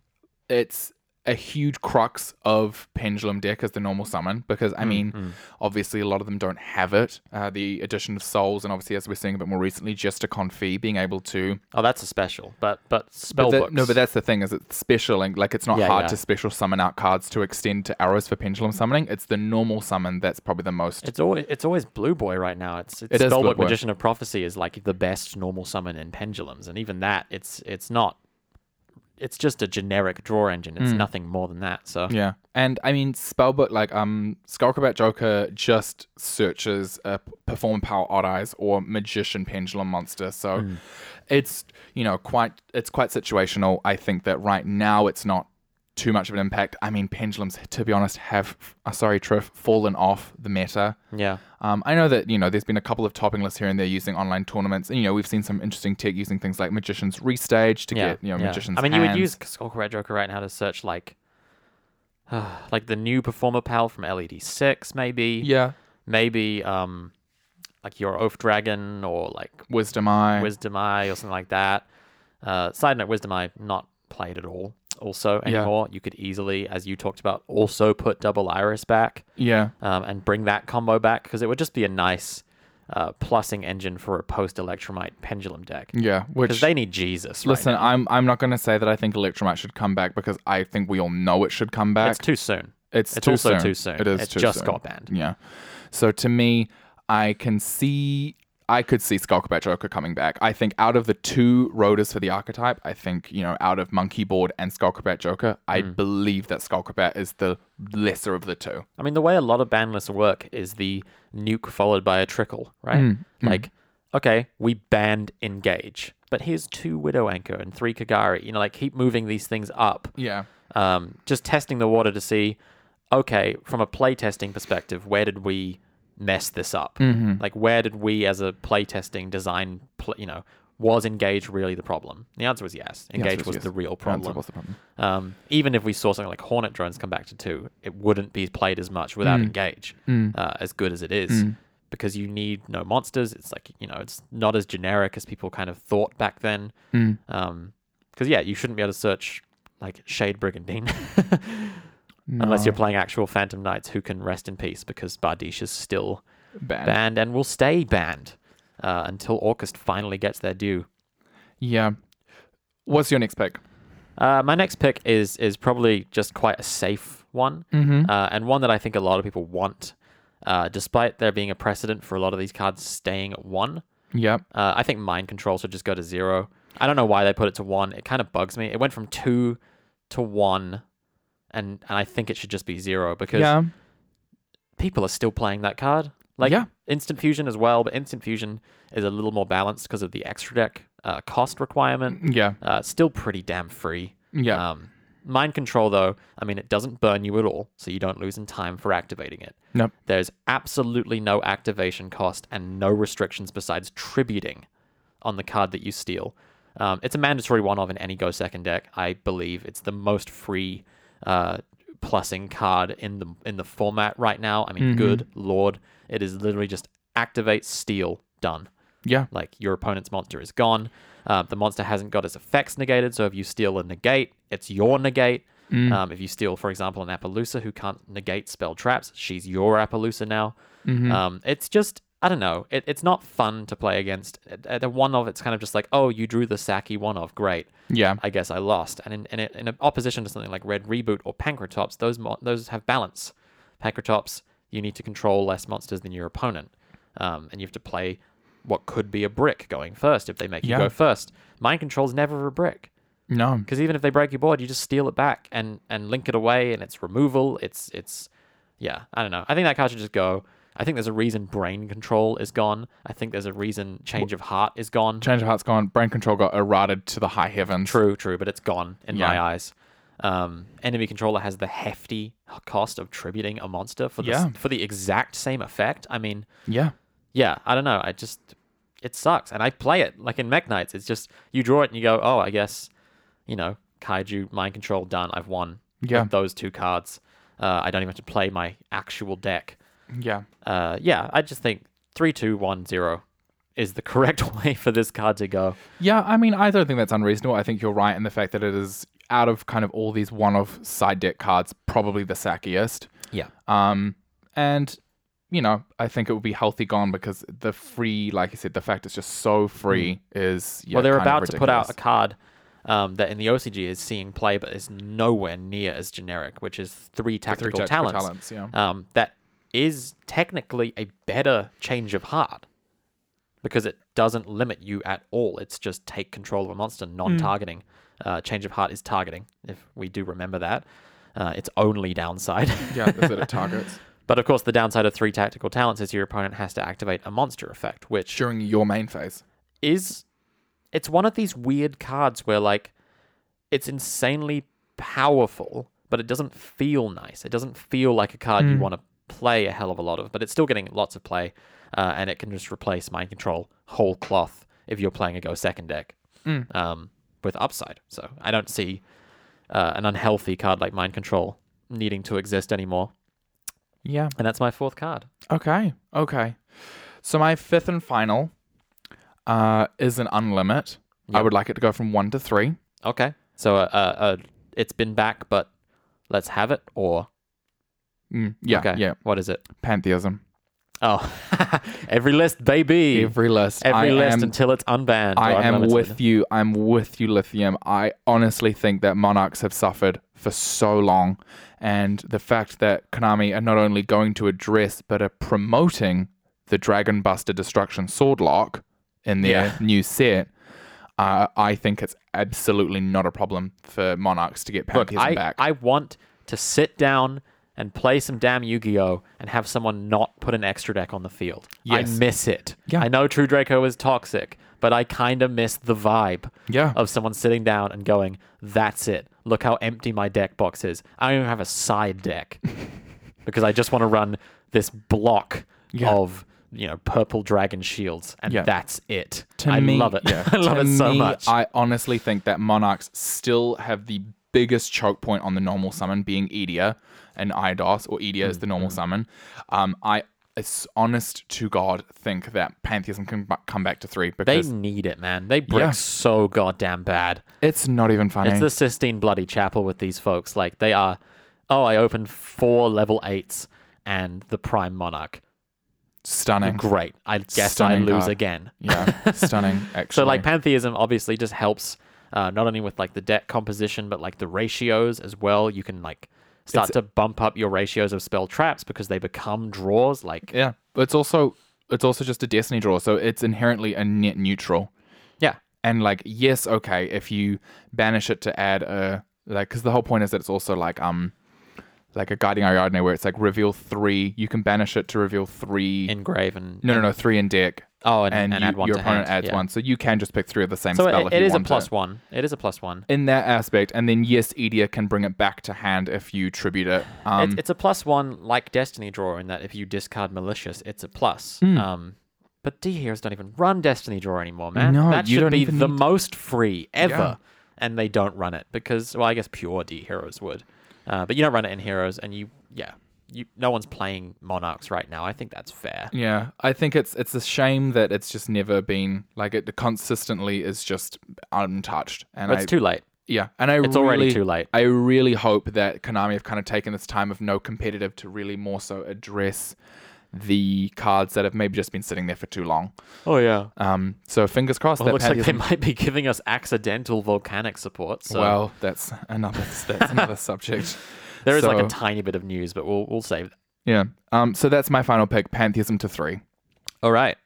S2: it's a huge crux of Pendulum Deck as the normal summon because
S3: Hmm,
S2: I mean, obviously a lot of them don't have it. Uh, the addition of souls, and obviously as we're seeing a bit more recently, just a config being able to.
S3: Oh, that's a special. But but spell
S2: But that-
S3: books.
S2: no, but that's the thing is it's special and like it's not
S3: Yeah,
S2: hard
S3: yeah.
S2: to special summon out cards to extend to arrows for Pendulum summoning. It's the normal summon that's probably the most.
S3: it's always it's always Blue Boy right now. It's, it's
S2: It is Blue
S3: Spellbook
S2: Boy.
S3: Magician of Prophecy is like the best normal summon in Pendulums, and even that it's it's not. It's just a generic draw engine.
S2: Hmm.
S3: It's nothing more than that. So
S2: Yeah, and I mean spellbook like um Skullcrabat Joker just searches a p- perform power odd eyes or magician pendulum monster, so
S3: Hmm.
S2: it's you know quite it's quite situational. I think that right now it's not too much of an impact. I mean pendulums, to be honest, have uh, sorry Triff fallen off the meta.
S3: yeah.
S2: Um, I know that you know there's been a couple of topping lists here and there using online tournaments, and you know we've seen some interesting tech using things like magician's restage to
S3: yeah,
S2: get you know
S3: yeah.
S2: magician's.
S3: I mean, you would
S2: Hand.
S3: use Skullcrabat Joker right now to search like, like the new Performer Pal from LED Six, maybe.
S2: yeah
S3: Maybe um, like your Oath Dragon or like
S2: wisdom eye.
S3: Wisdom Eye or something like that. Uh, side note: Wisdom Eye not played at all. Also
S2: Yeah.
S3: anymore, you could easily, as you talked about, also put Double Iris back
S2: yeah,
S3: um, and bring that combo back because it would just be a nice uh, plussing engine for a post Electromite Pendulum deck
S2: yeah. Which
S3: because they need Jesus. right
S2: Listen,
S3: now.
S2: I'm I'm not going to say that I think Electromite should come back because I think we all know it should come back.
S3: it's too soon.
S2: It's,
S3: It's also too soon.
S2: It is
S3: It
S2: too
S3: just
S2: soon.
S3: got banned.
S2: Yeah. So to me, I can see I could see Skullcrabat Joker coming back. I think out of the two rotors for the archetype, I think, you know, out of Monkey Board and Skullcrabat Joker, I
S3: Hmm.
S2: believe that Skullcrabat is the lesser of the two.
S3: I mean, the way a lot of ban lists work is the nuke followed by a trickle, right? Like, okay, we banned engage, but here's two Widow Anchor and three Kagari. You know, like keep moving these things up,
S2: Yeah.
S3: um, just testing the water to see, okay, from a playtesting perspective, where did we mess this up? Like, where did we, as a playtesting design, pl- you know, was engage really the problem? The answer was yes. Engage was the real problem.
S2: What's the problem?
S3: Um, even if we saw something like Hornet drones come back to two, it wouldn't be played as much without engage, uh, as good as it is, because you need no monsters. It's like you know, it's not as generic as people kind of thought back then.
S2: Hmm.
S3: Because yeah, you shouldn't be able to search like Shade Brigandine unless you're playing actual Phantom Knights, who can rest in peace because Bardiche is still
S2: Banned.
S3: banned and will stay banned uh, until Orcust finally gets their due.
S2: Yeah. What's your next pick?
S3: Uh, my next pick is is probably just quite a safe one, mm-hmm. uh, and one that I think a lot of people want, uh, despite there being a precedent for a lot of these cards staying at one.
S2: Yep.
S3: Uh, I think mind control should just go to zero. I don't know why they put it to one. It kind of bugs me. It went from two to one, and, and I think it should just be zero because
S2: Yeah.
S3: people are still playing that card. Like
S2: Yeah.
S3: instant fusion as well, but instant fusion is a little more balanced because of the extra deck uh, cost requirement.
S2: Yeah.
S3: Uh, still pretty damn free.
S2: Yeah.
S3: Um, mind control, though, I mean, it doesn't burn you at all, so you don't lose in time for activating it.
S2: Nope.
S3: There's absolutely no activation cost and no restrictions besides tributing on the card that you steal. Um, it's a mandatory one of in any Go Second deck. I believe it's the most free uh, plussing card in the in the format right now. I mean, good lord, it is literally just activate, steal, done
S2: Yeah.
S3: like your opponent's monster is gone. Uh, the monster hasn't got its effects negated, so if you steal a negate, it's your negate. Um, if you steal, for example, an Appaloosa who can't negate spell traps, she's your Appaloosa now. Um, it's just, I don't know, it, it's not fun to play against. At- at The one of, it's kind of just like, oh, you drew the Saki one of, great.
S2: Yeah.
S3: I guess I lost. And in, in, in opposition to something like Red Reboot or Pancratops, those mo- those have balance. Pancratops, you need to control less monsters than your opponent, um, and you have to play what could be a brick going first if they make
S2: Yeah.
S3: you go first. Mind control's never a brick
S2: No.
S3: because even if they break your board, you just steal it back and and link it away, and it's removal. It's it's yeah, I don't know. I think that card should just go. I think there's a reason brain control is gone. I think there's a reason change of heart is gone.
S2: Change of Heart's gone. Brain Control got eroded to the high heavens.
S3: True, true, but it's gone in my
S2: Yeah.
S3: eyes. Um, enemy controller has the hefty cost of tributing a monster for the
S2: Yeah.
S3: for the exact same effect. I mean,
S2: Yeah.
S3: yeah, I don't know. I just it sucks, and I play it like in Mech Knights. It's just you draw it and you go, oh, I guess you know, Kaiju mind control done. I've won.
S2: Yeah.
S3: with those two cards. Uh, I don't even have to play my actual deck.
S2: Yeah.
S3: Uh, yeah, I just think three, two, one, zero is the correct way for this card to go.
S2: Yeah, I mean, I don't think that's unreasonable. I think you're right in the fact that it is out of kind of all these one-off side deck cards, probably the sackiest.
S3: Yeah.
S2: Um, and you know, I think it would be healthy gone because the free, like I said, the fact it's just so free is yeah,
S3: Mm. well, they're
S2: kind of
S3: about to put out a
S2: ridiculous.
S3: card um, that in the OCG is seeing play, but is nowhere near as generic, which is three tactical,
S2: tactical
S3: talents.
S2: talents, yeah.
S3: Um, that is technically a better change of heart because it doesn't limit you at all. It's just take control of a monster,
S2: Hmm.
S3: non-targeting. Uh, change of heart is targeting. If we do remember that, uh, it's only downside.
S2: yeah, the set of targets
S3: But of course, the downside of three tactical talents is your opponent has to activate a monster effect, which
S2: during your main phase.
S3: is it's one of these weird cards where like it's insanely powerful, but it doesn't feel nice. It doesn't feel like a card
S2: Hmm.
S3: you want to play a hell of a lot of, but it's still getting lots of play, uh, and it can just replace mind control whole cloth if you're playing a go second deck um, with upside. So I don't see uh, an unhealthy card like mind control needing to exist anymore,
S2: Yeah.
S3: and that's my fourth card.
S2: Okay. Okay. So my fifth and final uh, is an unlimit. I would like it to go from one to three.
S3: Okay. So uh, uh, uh, it's been back, but let's have it. Or
S2: Mm, yeah.
S3: okay,
S2: Yeah.
S3: What is it?
S2: Pantheism.
S3: Oh, every list, baby. Every,
S2: Every list. I
S3: list
S2: am-
S3: until it's unbanned. or
S2: I am
S3: unlimited.
S2: with you. I'm with you, Lithium. I honestly think that Monarchs have suffered for so long. And the fact that Konami are not only going to address, but are promoting the Dragon Buster Destruction Sword Lock in their
S3: Yeah.
S2: new set, uh, I think it's absolutely not a problem for Monarchs to get
S3: Look,
S2: Pantheism
S3: I,
S2: back.
S3: I want to sit down and play some damn Yu-Gi-Oh and have someone not put an extra deck on the field.
S2: Yes.
S3: I miss it.
S2: Yeah.
S3: I know True Draco is toxic, but I kind of miss the vibe
S2: Yeah.
S3: of someone sitting down and going, "That's it. Look how empty my deck box is. I don't even have a side deck because I just want to run this block
S2: Yeah.
S3: of." You know, purple dragon shields, and
S2: Yeah.
S3: that's it.
S2: To
S3: I
S2: me-
S3: love it.
S2: yeah.
S3: I love
S2: To
S3: it so
S2: me,
S3: much.
S2: I honestly think that Monarchs still have the biggest choke point on the normal summon being Edia and Iodos, or Edia is the normal
S3: Mm-hmm.
S2: summon. Um, I, it's honest to God, think that Pantheism can bu- come back to three
S3: They
S2: because
S3: need it, man. They brick
S2: Yeah.
S3: so goddamn bad.
S2: it's not even funny.
S3: It's the Sistine Bloody Chapel with these folks. Like they are. Oh, I opened four level eights and the Prime Monarch.
S2: stunning.
S3: Great. I guess I
S2: Stunning Uh,
S3: lose
S2: card.
S3: again.
S2: yeah, stunning. Actually,
S3: So like pantheism obviously just helps uh, not only with like the deck composition but like the ratios as well. You can like start to bump up your ratios of spell traps because they become draws. Like
S2: yeah, but it's also it's also just a Destiny draw, so it's inherently a net neutral.
S3: yeah,
S2: And like, yes, okay, if you banish it to add a like, because the whole point is that it's also like um, like a guiding Ariadne where it's like reveal three. You can banish it to reveal three.
S3: engrave and
S2: no, no, no, three in deck.
S3: oh and,
S2: and
S3: and
S2: you-
S3: add one.
S2: your
S3: to
S2: opponent
S3: hand.
S2: adds
S3: Yeah.
S2: one, so you can just pick three of the same
S3: So
S2: spell.
S3: it,
S2: if
S3: it
S2: you
S3: is a
S2: want
S3: plus
S2: to.
S3: one. It is a plus one.
S2: in that aspect, and then yes, Edia can bring it back to hand if you tribute it. Um,
S3: it's, it's a plus one like Destiny Draw in that if you discard Malicious, it's a plus.
S2: Hmm.
S3: Um, but D heroes don't even run Destiny Draw anymore, man.
S2: No,
S3: that
S2: you
S3: should
S2: don't
S3: be
S2: even
S3: the
S2: need-
S3: most free ever.
S2: Yeah.
S3: And they don't run it because, well, I guess pure D heroes would. Uh, but you don't run it in heroes, and you, yeah, you, no one's playing Monarchs right now. I think that's fair.
S2: Yeah, I think it's it's a shame that it's just never been like it consistently is just untouched. And
S3: But it's
S2: I,
S3: too late.
S2: Yeah, and I
S3: It's
S2: really,
S3: already too late.
S2: I really hope that Konami have kind of taken this time of no competitive to really more so address the cards that have maybe just been sitting there for too long.
S3: Oh yeah.
S2: Um, so fingers crossed
S3: Well, it
S2: that
S3: looks like they
S2: Pantheism-
S3: might be giving us accidental volcanic support. So
S2: well, that's another that's another subject.
S3: there is like a
S2: so-
S3: tiny bit of news, but we'll we'll save that.
S2: Yeah. Um. So that's my final pick, Pantheism to three.
S3: All right.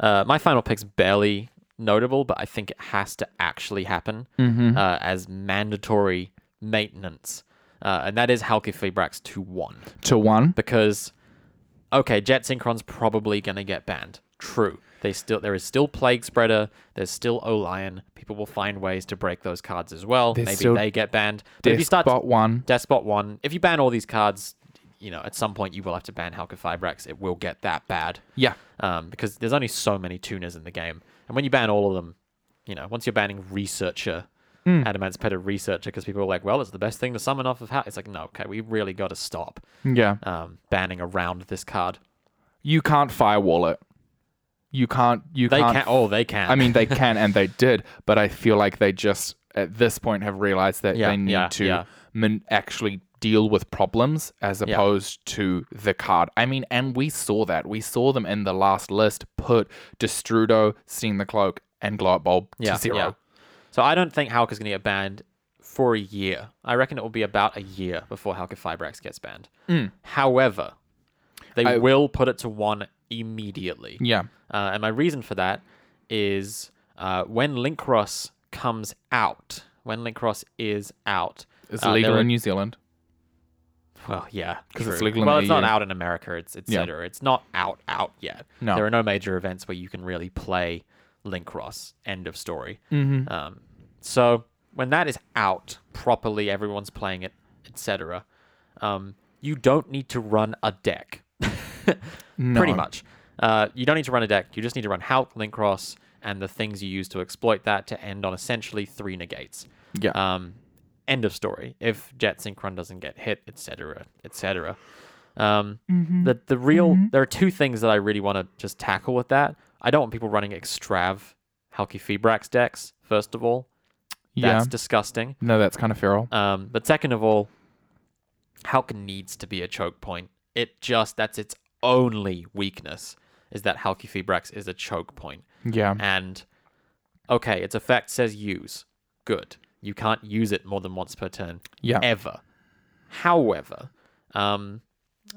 S3: Uh, my final pick's barely notable, but I think it has to actually happen uh, as mandatory maintenance. Uh, and that is Halki Feebrax 2 1.
S2: To one.
S3: Because, okay, Jet Synchron's probably going to get banned. True. They still There is still Plague Spreader. There's still Olion. People will find ways to break those cards as well.
S2: There's
S3: Maybe
S2: still
S3: they get banned. But if you
S2: Death
S3: start
S2: spot one.
S3: Despot 1, if you ban all these cards, you know, at some point you will have to ban Halka Fibrex. It will get that bad
S2: Yeah.
S3: um, because there's only so many tuners in the game, and when you ban all of them, you know, once you're banning researcher
S2: Hmm.
S3: at Emancipated Researcher because people were like, well, it's the best thing to summon off of how. It's like, no, okay, we really got to stop
S2: Yeah.
S3: um, banning around this card.
S2: You can't firewall it. You can't. You
S3: They
S2: can't.
S3: can. Oh, they can.
S2: I mean, they can and they did, but I feel like they just at this point have realized that
S3: Yeah,
S2: they need
S3: yeah,
S2: to
S3: yeah.
S2: man- actually deal with problems as opposed to the card. I mean, and we saw that. We saw them in the last list put Destrudo, Steam the Cloak, and Glow Up Bulb to zero.
S3: So I don't think Hauk is going to get banned for a year. I reckon it will be about a year before Hauk of Fibrax gets banned. However, they
S2: Hmm. I-
S3: will put it to one immediately.
S2: Yeah.
S3: Uh, and my reason for that is uh, when Linkross comes out, when Linkross is out,
S2: It's
S3: uh,
S2: legal
S3: there
S2: in
S3: are-
S2: New Zealand.
S3: Well, yeah,
S2: 'Cause it's
S3: true.
S2: legal in
S3: Well,
S2: the
S3: it's not
S2: EU.
S3: out in America. It's
S2: Yeah.
S3: etc. It's not out out yet.
S2: No.
S3: there are no major events where you can really play Linkross. End of story.
S2: Mm-hmm.
S3: Um, so when that is out properly, everyone's playing it, etc. Um, you don't need to run a deck. Pretty much. Uh, you don't need to run a deck. You just need to run Halk, Linkross, and the things you use to exploit that to end on essentially three negates.
S2: Yeah.
S3: Um, end of story. If Jet Synchron doesn't get hit, etc., etc. Um, the the real there are two things that I really want to just tackle with that. I don't want people running extrav Halky Febrax decks. First of all,
S2: yeah.
S3: that's disgusting.
S2: no, that's kind of feral.
S3: Um, but second of all, Halk needs to be a choke point. It just that's its only weakness is that Halky Febrax is a choke point.
S2: Yeah.
S3: And okay, its effect says use. Good. You can't use it more than once per turn.
S2: Yeah.
S3: Ever. However, um,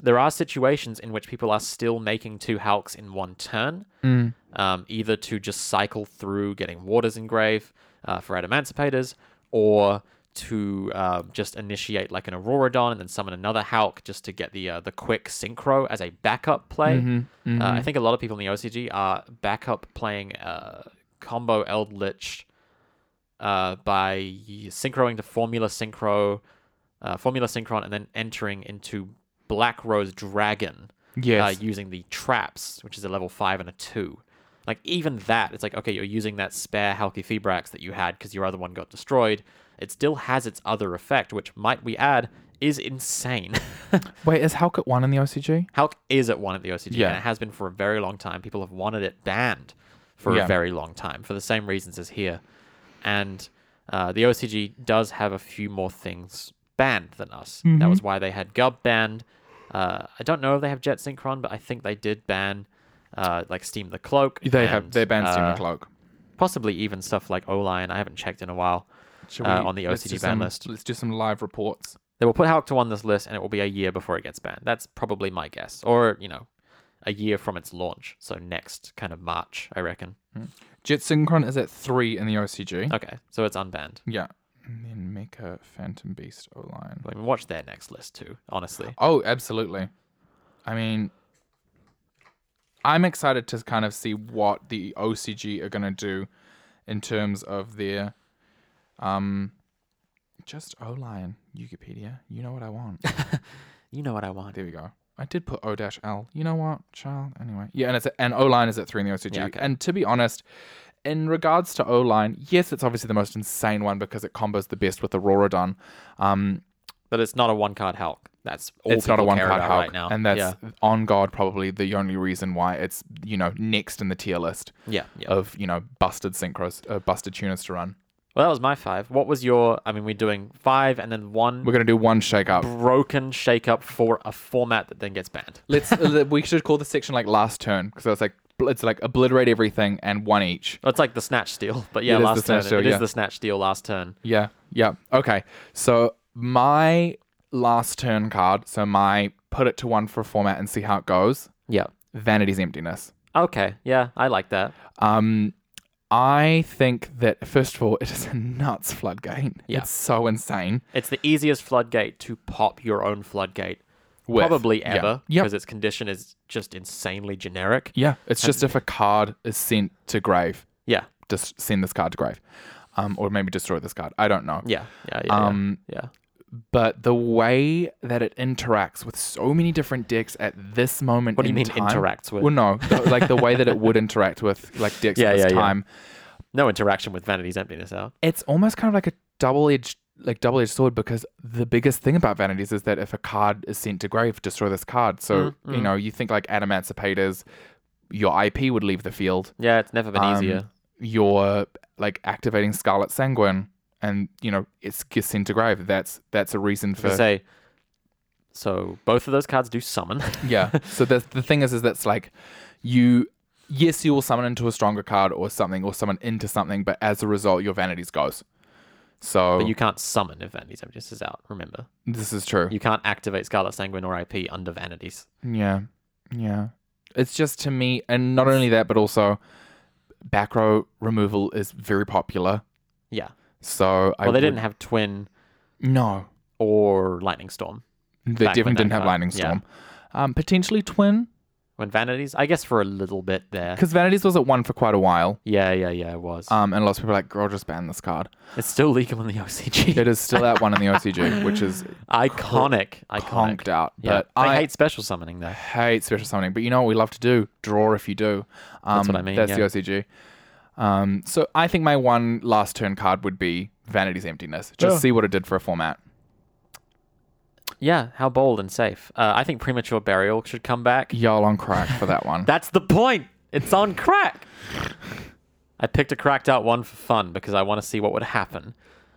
S3: there are situations in which people are still making two Halks in one turn, um, either to just cycle through getting Waters Engrave uh, for Red Emancipators, or to uh, just initiate like an Auroradon and then summon another Halk just to get the uh, the quick Synchro as a backup play. Uh, I think a lot of people in the OCG are backup playing uh, combo Eld Lich uh, by synchroing to Formula Synchro, uh, Formula Synchron, and then entering into Black Rose Dragon
S2: Yes.
S3: uh, using the traps, which is a level five and a two. Like even that, it's like okay, you're using that spare Halky Febrax that you had because your other one got destroyed. It still has its other effect, which might we add is insane.
S2: Wait, is Hulk at one in the OCG?
S3: Hulk is at one at the OCG,
S2: Yeah.
S3: and it has been for a very long time. People have wanted it banned for
S2: Yeah.
S3: a very long time for the same reasons as here. And uh, the OCG does have a few more things banned than us.
S2: Mm-hmm.
S3: That was why they had Gub banned. Uh, I don't know if they have Jet Synchron, but I think they did ban uh, like Steam the Cloak.
S2: They have.
S3: and,
S2: They banned Steam
S3: uh,
S2: the Cloak.
S3: Possibly even stuff like O Lion. I haven't checked in a while.
S2: Shall
S3: uh,
S2: we-
S3: on the
S2: let's do
S3: OCG ban
S2: some-
S3: list.
S2: Let's do some live reports.
S3: They will put Hulk to one this list, and it will be a year before it gets banned. That's probably my guess, or you know, a year from its launch, so next kind of March, I reckon.
S2: Jet Synchron is at three in the OCG.
S3: Okay, so it's unbanned.
S2: Yeah. And then Mecha, Phantom Beast, O Lion.
S3: I mean, watch their next list too. Honestly,
S2: Oh, absolutely. I mean, I'm excited to kind of see what the OCG are going to do in terms of their. um, Just O Lion, Wikipedia. You know what I want.
S3: you know what I want.
S2: There we go. I did put O dash L. You know what, child? Anyway, yeah, and it's and O line is at three in the OCG.
S3: Yeah, okay.
S2: And to be honest, in regards to O line, yes, it's obviously the most insane one because it combos the best with Auroradon. Um,
S3: But it's not a one card Hulk. That's all
S2: it's not a
S3: people
S2: one
S3: care
S2: card
S3: about
S2: Hulk,
S3: right now.
S2: and that's
S3: yeah,
S2: on God probably the only reason why it's you know next in the tier list
S3: yeah. yeah.
S2: of you know busted synchros, uh, busted tuners to run.
S3: well, that was my five. What was your? I mean, we're doing five, and then one
S2: We're gonna do one shake up.
S3: broken shake up for a format that then gets banned.
S2: Let's uh, we should call the section like last turn because it's like it's like obliterate everything and one each.
S3: Well, It's like the snatch steal, but yeah,
S2: It is the
S3: last turn.
S2: snatch steal,
S3: it is
S2: yeah.
S3: the snatch steal last turn.
S2: Yeah, yeah. Okay. So my last turn card, so my put it to one for a format and see how it goes.
S3: Yeah.
S2: Vanity's emptiness.
S3: Okay. Yeah, I like that.
S2: Um I think that first of all, it is a nuts floodgate.
S3: Yeah.
S2: It's so insane.
S3: It's the easiest floodgate to pop your own floodgate
S2: With-
S3: probably
S2: yeah.
S3: ever
S2: Yep.
S3: because its condition is just insanely generic.
S2: Yeah. It's just if a card is sent to grave,
S3: Yeah.
S2: just send this card to grave. Um, or maybe destroy this card. I don't know.
S3: Yeah. Yeah. Yeah.
S2: Um,
S3: yeah. yeah.
S2: But the way that it interacts with so many different decks at this moment.
S3: What do you
S2: in
S3: mean
S2: time-
S3: interacts with?
S2: Well, no, the- like the way that it would interact with like decks
S3: Yeah,
S2: at this
S3: yeah, yeah.
S2: time.
S3: No interaction with Vanity's Emptiness Hour.
S2: It's almost kind of like a double edged like double edged sword because the biggest thing about vanities is that if a card is sent to grave, destroy this card. So
S3: Mm,
S2: you
S3: mm.
S2: know, you think like adamantipator's your IP would leave the field.
S3: Yeah, it's never been
S2: Um,
S3: easier.
S2: You're like activating Scarlet Sanguine and you know, it's gets sent to grave. That's that's a reason
S3: To
S2: for
S3: say, so both of those cards do summon.
S2: Yeah. So the the thing is, is that's like you. Yes, you will summon into a stronger card or something, or summon into something, but as a result, your vanities goes. So
S3: But you can't summon if Vanity's Emptiness is out, remember.
S2: this is true.
S3: You can't activate Scarlet Sanguine or IP under Vanities.
S2: yeah, yeah. It's just to me, and not only that, but also back row removal is very popular.
S3: Yeah.
S2: So I
S3: Well, they
S2: would-
S3: didn't have Twin
S2: No,
S3: or Lightning Storm.
S2: they
S3: Back when
S2: definitely
S3: that
S2: didn't have
S3: card-
S2: lightning
S3: yeah.
S2: storm. Um, potentially twin,
S3: When Vanities, I guess for a little bit there.
S2: because vanities was at one for quite a while.
S3: Yeah, yeah, yeah, it was.
S2: Um, and lots of people were like, girl, just ban this card.
S3: it's still legal in the OCG.
S2: It is still at one in the OCG, which is
S3: iconic. Iconic.
S2: conked out.
S3: Yeah.
S2: But I
S3: I
S2: hate,
S3: hate special summoning though.
S2: special summoning. But you know what we love to do? Draw if you do. Um,
S3: what I mean,
S2: That's
S3: yeah.
S2: the OCG. Um, so I think my one last turn card would be Vanity's Emptiness. Just
S3: Yeah.
S2: see what it did for a format.
S3: Yeah, how bold and safe. Uh, I think premature burial should come back.
S2: Y'all on crack for that one.
S3: That's the point. It's on crack. I picked a cracked out one for fun because I want to see what would happen.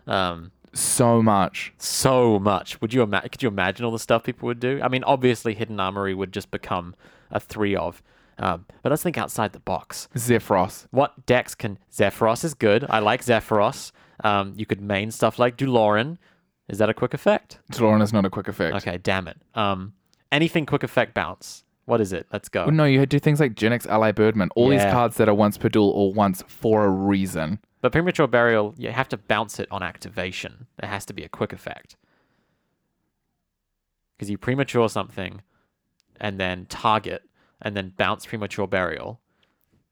S3: Um,
S2: so much.
S3: so much. Would you imagine? Could you imagine all the stuff people would do? I mean, obviously, hidden armory would just become a three of. Um, but let's think outside the box.
S2: Zephyros.
S3: What decks can Zephyros is good. I like Zephyros. Um, you could main stuff like Duloran. Is that a quick effect?
S2: Taloran is not a quick effect.
S3: Okay, damn it. Um, anything quick effect bounce. What is it? Let's go.
S2: Well, no, you do things like Genix, Ally Birdman, all these
S3: Yeah. cards
S2: cards that are once per duel or once for a reason.
S3: But premature burial, you have to bounce it on activation. It has to be a quick effect. Because you premature something and then target and then bounce premature burial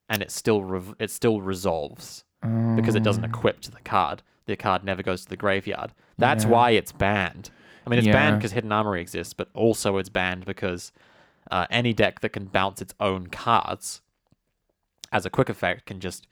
S3: and it still rev- it still resolves because it
S2: Mm.
S3: doesn't equip to the card. The card never goes to the graveyard. That's why it's banned. I mean, it's
S2: Yeah.
S3: banned because Hidden Armory exists, but also it's banned because uh, any deck that can bounce its own cards as a quick effect can just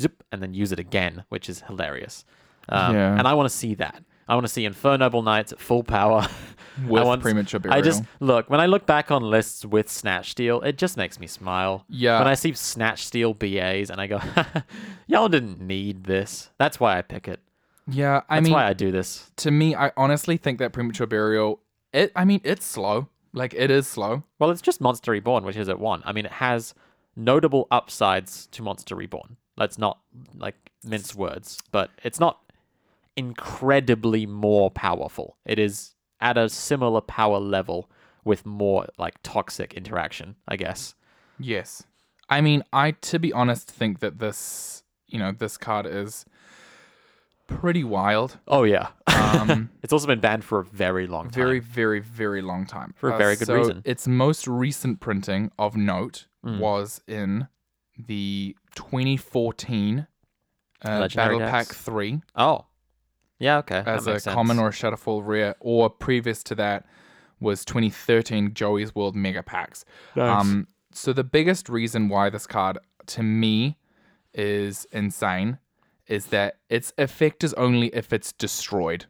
S3: zip and then use it again, which is hilarious. Um,
S2: Yeah.
S3: And I want to see that. I want to see Infernoble Knights at full power. I
S2: With
S3: want-
S2: premature burial.
S3: I just look when I look back on lists with Snatch Steal, it just makes me smile.
S2: Yeah.
S3: When I see Snatch Steal BAs and I go, y'all didn't need this. That's why I pick it.
S2: yeah, I
S3: That's
S2: mean,
S3: why I do this.
S2: to me, I honestly think that premature burial. It, I mean, it's slow. Like it is slow.
S3: Well, it's just Monster Reborn, which is at one. I mean, it has notable upsides to Monster Reborn. Let's not like mince words, but it's not incredibly more powerful. It is at a similar power level with more like toxic interaction, I guess.
S2: Yes. I mean, I to be honest think that this, you know, this card is pretty wild.
S3: Oh yeah.
S2: Um,
S3: It's also been banned for a very long time.
S2: very, very, very long time Uh,
S3: For a very good
S2: so
S3: reason. Mm.
S2: Its most recent printing of note was in the 2014 uh,
S3: Legendary
S2: Battle Pack
S3: decks.
S2: Three
S3: Oh. Yeah, okay.
S2: as
S3: that
S2: a
S3: makes sense.
S2: common or a Shadowfall rare, or previous to that was 2013 Joey's World Mega Packs. Um, so the biggest reason why this card to me is insane is that its effect is only if it's destroyed.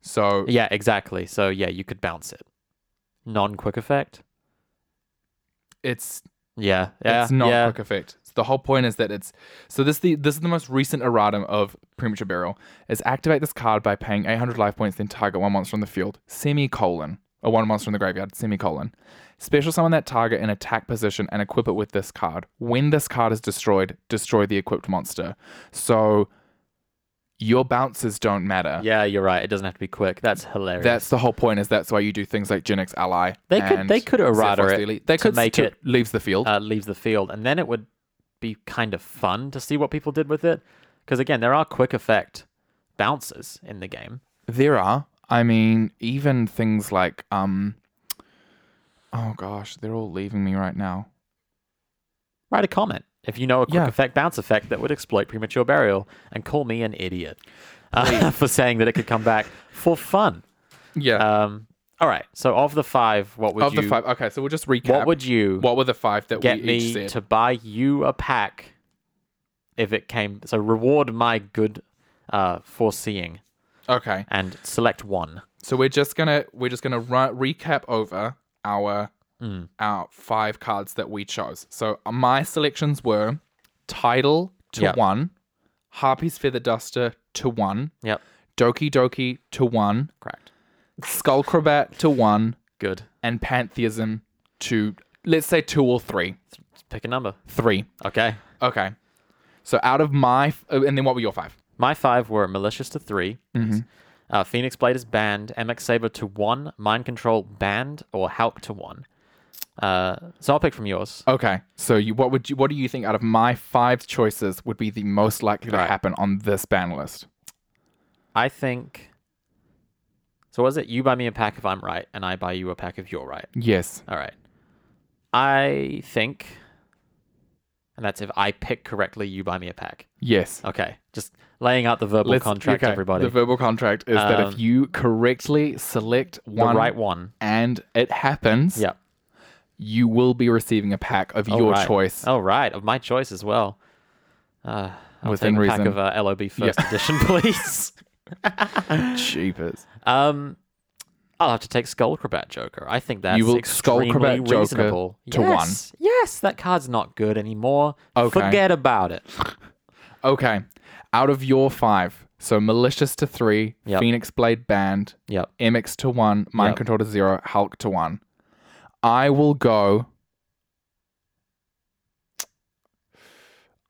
S2: So
S3: Yeah, exactly. So yeah, you could bounce it. Non quick effect?
S2: it's
S3: Yeah. Yeah.
S2: it's not
S3: yeah.
S2: quick effect. So the whole point is that it's so this the this is the most recent erratum of premature burial is activate this card by paying 800 life points then target one monster on the field semicolon or one monster in the graveyard semicolon special summon that target in attack position and equip it with this card when this card is destroyed destroy the equipped monster so your bounces don't matter
S3: Yeah, you're right. It doesn't have to be quick. That's hilarious.
S2: that's the whole point is that's why you do things like Genix Ally
S3: They could-
S2: and
S3: they could errata
S2: Sephiroth's
S3: it
S2: Elite. they
S3: to
S2: could
S3: make
S2: to-
S3: it-
S2: leaves the field
S3: uh, leaves the field, and then it would be kind of fun to see what people did with it. Because again, there are quick effect bounces in the game.
S2: There are. I mean, even things like um Oh gosh, they're all leaving me right now.
S3: Write a comment if you know a quick
S2: Yeah.
S3: effect bounce effect that would exploit premature burial, and call me an idiot uh, for saying that it could come back for fun.
S2: Yeah.
S3: Um, all right. So of the five, what would
S2: of
S3: you?
S2: the five okay, so we'll just recap.
S3: what would you
S2: what were the five that
S3: get
S2: we each
S3: me
S2: said?
S3: to buy you a pack if it came. So reward my good uh, foreseeing
S2: Okay.
S3: and select one.
S2: So we're just gonna we're just gonna ru- recap over our
S3: Hmm.
S2: our five cards that we chose. So uh, my selections were title to
S3: Yeah.
S2: one, Harpy's Feather Duster to one,
S3: Yep.
S2: Doki Doki to one,
S3: Correct.
S2: Skullcrabat to one,
S3: Good.
S2: and Pantheism to let's say two or three.
S3: Pick a number.
S2: Three.
S3: Okay.
S2: Okay. So out of my f- uh, and then what were your five?
S3: My five were malicious to 3 uh, Phoenix Blade is banned, MX Saber to one, Mind Control banned, or Halk to one. Uh, so I'll pick from yours.
S2: Okay. So you what would you what do you think out of my five choices would be the most likely to
S3: Right.
S2: happen on this ban list?
S3: I think. So was it you buy me a pack if I'm right, and I buy you a pack if you're right?
S2: Yes.
S3: All right. I think, and that's if I pick correctly, you buy me a pack.
S2: Yes.
S3: Okay, just laying out the verbal
S2: Let's-
S3: contract,
S2: okay,
S3: everybody.
S2: The
S3: The,
S2: verbal contract is that
S3: Um,
S2: if you correctly select one
S3: right one.
S2: and it happens,
S3: Yep.
S2: you will be receiving a pack of your
S3: right.
S2: choice.
S3: Oh right, of my choice as well. Uh, I'll
S2: Within
S3: take a
S2: reason.
S3: pack of uh, LOB first edition, please. Oh.
S2: Cheapers.
S3: Um, I'll have to take Skullcrabat Joker. I think that's
S2: You will
S3: extremely
S2: Skullcrabat Joker
S3: reasonable.
S2: to one.
S3: yes, one. Yes, that card's not good anymore.
S2: Okay.
S3: Forget about it.
S2: Okay. Out of your five, so malicious to three,
S3: Yep.
S2: Phoenix Blade banned,
S3: Yep.
S2: MX to one, Mind
S3: Yep.
S2: Control to zero, Hulk to one. I will go.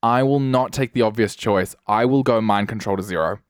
S2: I will not take the obvious choice. I will go Mind Control to zero.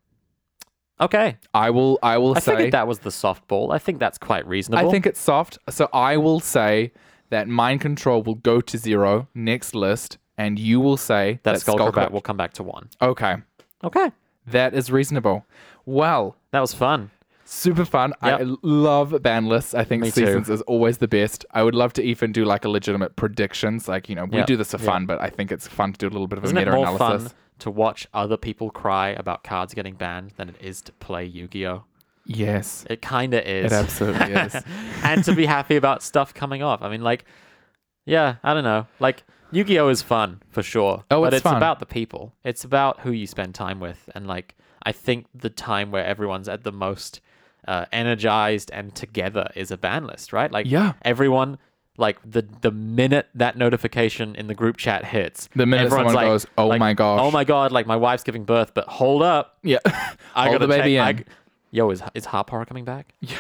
S3: Okay.
S2: I will. I will
S3: I
S2: say.
S3: figured that was the softball. I think that's quite reasonable.
S2: I think it's soft. So I will say that mind control will go to zero next list, and you will say
S3: that Skullcrabat
S2: Skullcrab-
S3: will come back to one.
S2: Okay,
S3: Okay.
S2: that is reasonable. Well,
S3: That was fun.
S2: super fun. I
S3: Yep.
S2: love ban lists. I think
S3: Me too.
S2: seasons is always the best. I would love to even do like a legitimate predictions. Like you know, we
S3: Yep.
S2: do this for
S3: Yeah.
S2: fun, but I think it's fun to do a little bit of
S3: Isn't
S2: a
S3: it
S2: meta
S3: more
S2: analysis.
S3: fun to watch other people cry about cards getting banned than it is to play Yu-Gi-Oh?
S2: Yes,
S3: It kinda is.
S2: it absolutely is.
S3: and to be happy about stuff coming off. I mean, like, yeah, I don't know. Like, Yu Gi Oh is fun for sure.
S2: Oh,
S3: but
S2: it's
S3: it's
S2: fun.
S3: about the people. It's about who you spend time with, and like, I think the time where everyone's at the most uh, energized and together is a ban list, right? Like,
S2: Yeah.
S3: everyone. Like the the minute that notification in the group chat hits,
S2: The minute
S3: everyone's
S2: someone
S3: like-
S2: goes, "Oh
S3: like,
S2: my gosh."
S3: oh my god!" Like my wife's giving birth, but hold up,
S2: Yeah,
S3: I
S2: Hold
S3: gotta
S2: the baby
S3: check- I
S2: in.
S3: g- Yo, is is Harp Horror coming back? Yeah.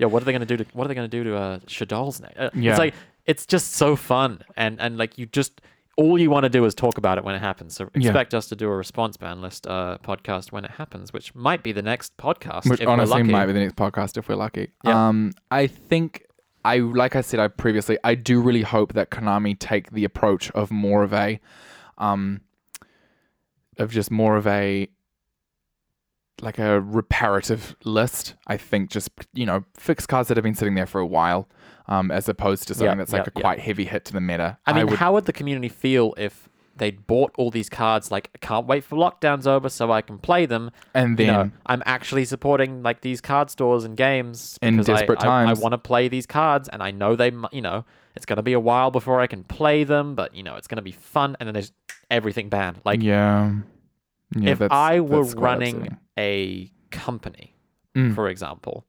S3: Yo, what are they gonna do to what are they gonna do to uh, Shadol's neck? Uh,
S2: Yeah.
S3: It's like it's just so fun, and and like you just all you want to do is talk about it when it happens. So
S2: Yeah.
S3: expect us to do a response ban list uh, podcast when it happens, which might be the next podcast.
S2: Which
S3: if
S2: honestly
S3: we're lucky.
S2: might be the next podcast if we're lucky.
S3: Yeah.
S2: Um, I think I like I said I previously I do really hope that Konami take the approach of more of a, um, of just more of a like a reparative list. I think just you know fix cards that have been sitting there for a while, um, as opposed to something
S3: Yeah,
S2: that's
S3: yeah,
S2: like a
S3: yeah.
S2: quite heavy hit to the meta.
S3: I mean,
S2: would-
S3: how would the community feel if they'd bought all these cards? Like, I can't wait for lockdowns over so I can play them.
S2: and
S3: you
S2: then
S3: know, I'm actually supporting like these card stores and games
S2: In
S3: because I-
S2: desperate
S3: I, I,
S2: times.
S3: want to play these cards, and I know they, mu- you know, it's gonna be a while before I can play them, but you know, it's gonna be fun. And then there's everything banned. Like
S2: yeah, yeah.
S3: if
S2: that's-
S3: I were
S2: that's quite
S3: running
S2: upsetting.
S3: a company,
S2: Mm.
S3: for example,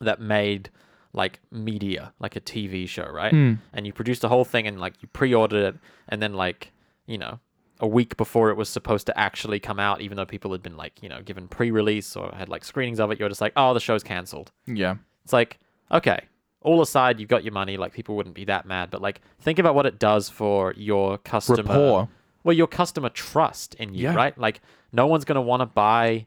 S3: that made like media, like a TV show, right?
S2: Mm.
S3: And you produced the whole thing and like you pre ordered it, and then like, you know, a week before it was supposed to actually come out, even though people had been like, you know, given pre release or had like screenings of it, you're just like, oh, the show's cancelled.
S2: yeah,
S3: It's like, okay, all aside, you've got your money. Like, people wouldn't be that mad. But, like, think about what it does for your customer.
S2: Rapport.
S3: Well, your customer trust in you,
S2: Yeah.
S3: right? Like, no one's going to want to buy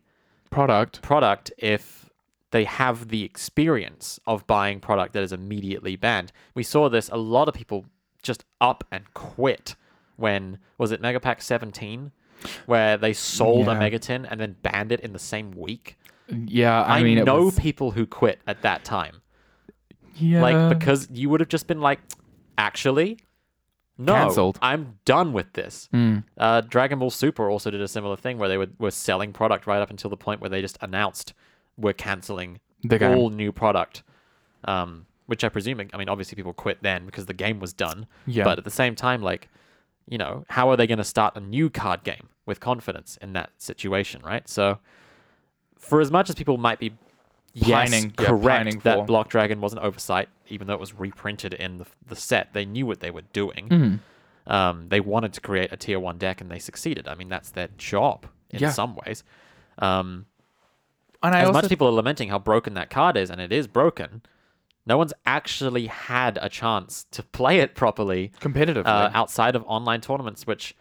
S2: product.
S3: product if they have the experience of buying product that is immediately banned. We saw this. A lot of people just up and quit when, was it Megapack 17? Where they sold
S2: Yeah.
S3: a Megatin and then banned it in the same week.
S2: Yeah, I,
S3: I,
S2: mean, it
S3: know
S2: was-
S3: people who quit at that time.
S2: yeah.
S3: Like because you would have just been like, actually, no,
S2: Cancelled. Hmm.
S3: I'm done with this. Uh, Dragon Ball Super also did a similar thing where they were, were selling product right up until the point where they just announced we're canceling
S2: The game.
S3: all new product. Um, which I presume, I mean, obviously people quit then because the game was done.
S2: Yeah.
S3: But at the same time, like, you know, how are they going to start a new card game with confidence in that situation, right? So, for as much as people might be yes,
S2: Pining- yeah,
S3: correct
S2: pining
S3: that
S2: for.
S3: Block Dragon was an oversight, even though it was reprinted in the, the set, they knew what they were doing.
S2: Mm-hmm.
S3: Um, they wanted to create a tier one deck, and they succeeded. I mean, that's their job in
S2: Yeah.
S3: some ways. Um,
S2: And I
S3: as
S2: also
S3: much people are lamenting how broken that card is, and it is broken, no one's actually had a chance to play it properly
S2: competitively
S3: uh, outside of online tournaments, which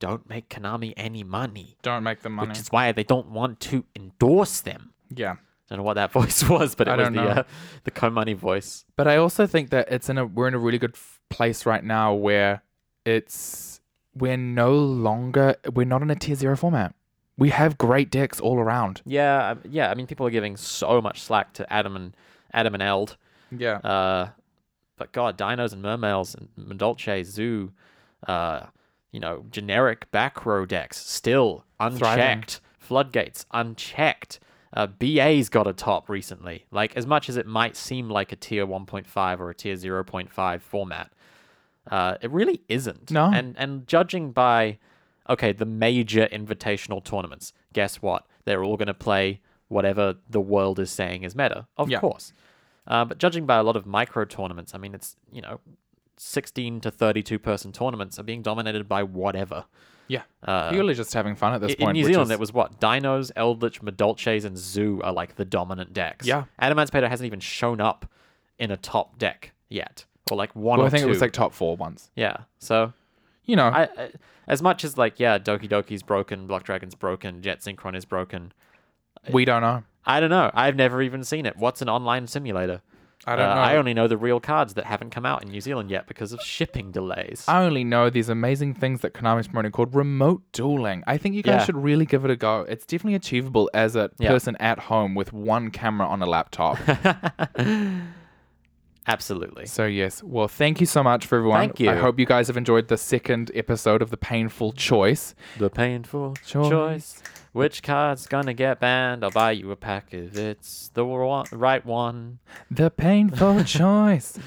S3: don't make Konami any money,
S2: don't make them money.
S3: which is why they don't want to endorse them.
S2: yeah.
S3: I don't know what that voice was, but it
S2: I
S3: was
S2: don't
S3: the
S2: know.
S3: uh, the Komani voice.
S2: But I also think that it's in a we're in a really good f- place right now where it's we're no longer we're not in a tier zero format. We have great decks all around.
S3: Yeah, I- yeah. I mean, people are giving so much slack to Adam and Adam and Eld,
S2: Yeah.
S3: uh, but God, dinos and mermaids and Mendolce Zoo, uh, you know, generic back row decks still unchecked. Floodgates unchecked. Uh, BA's got a top recently. Like as much as it might seem like a tier 1.5 or a tier 0.5 format, uh, it really isn't.
S2: No.
S3: And and judging by, okay, the major invitational tournaments. Guess what? They're all going to play whatever the world is saying is meta. Of
S2: Yeah.
S3: course. Uh, but judging by a lot of micro tournaments, I mean, it's you know, 16 to 32 person tournaments are being dominated by whatever.
S2: yeah.
S3: Uh,
S2: Purely just having fun at this
S3: in
S2: point.
S3: New
S2: which
S3: Zealand,
S2: is-
S3: it was what Dinos, Eldritch, Madolches, and Zoo are like the dominant decks.
S2: Yeah.
S3: Adamantipator hasn't even shown up in a top deck yet, or like one
S2: well,
S3: or
S2: I think
S3: two.
S2: it was like top four once.
S3: yeah. So
S2: You know,
S3: I, I, as much as like yeah, Doki Doki's broken, Block Dragon's broken, Jet Synchron is broken.
S2: we don't know.
S3: I don't know. I've never even seen it. What's an online simulator?
S2: I don't
S3: Uh,
S2: know.
S3: I only know the real cards that haven't come out in New Zealand yet because of shipping delays.
S2: I only know these amazing things that Konami's promoting called remote dueling. I think you guys
S3: Yeah.
S2: should really give it a go. It's definitely achievable as a
S3: Yeah.
S2: person at home with one camera on a laptop.
S3: Absolutely.
S2: so yes, well, thank you so much for everyone.
S3: Thank you.
S2: I hope you guys have enjoyed the second episode of the Painful Choice.
S3: The painful
S2: Choice.
S3: choice. Which card's gonna get banned? I'll buy you a pack if it's the wa- right one.
S2: The Painful Choice.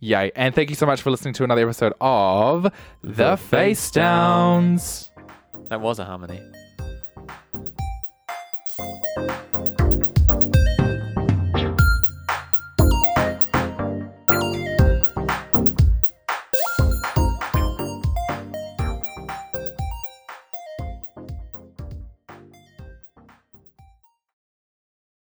S2: Yay! And thank you so much for listening to another episode of The, Face
S3: Face Downs.
S2: Downs.
S3: That was a harmony.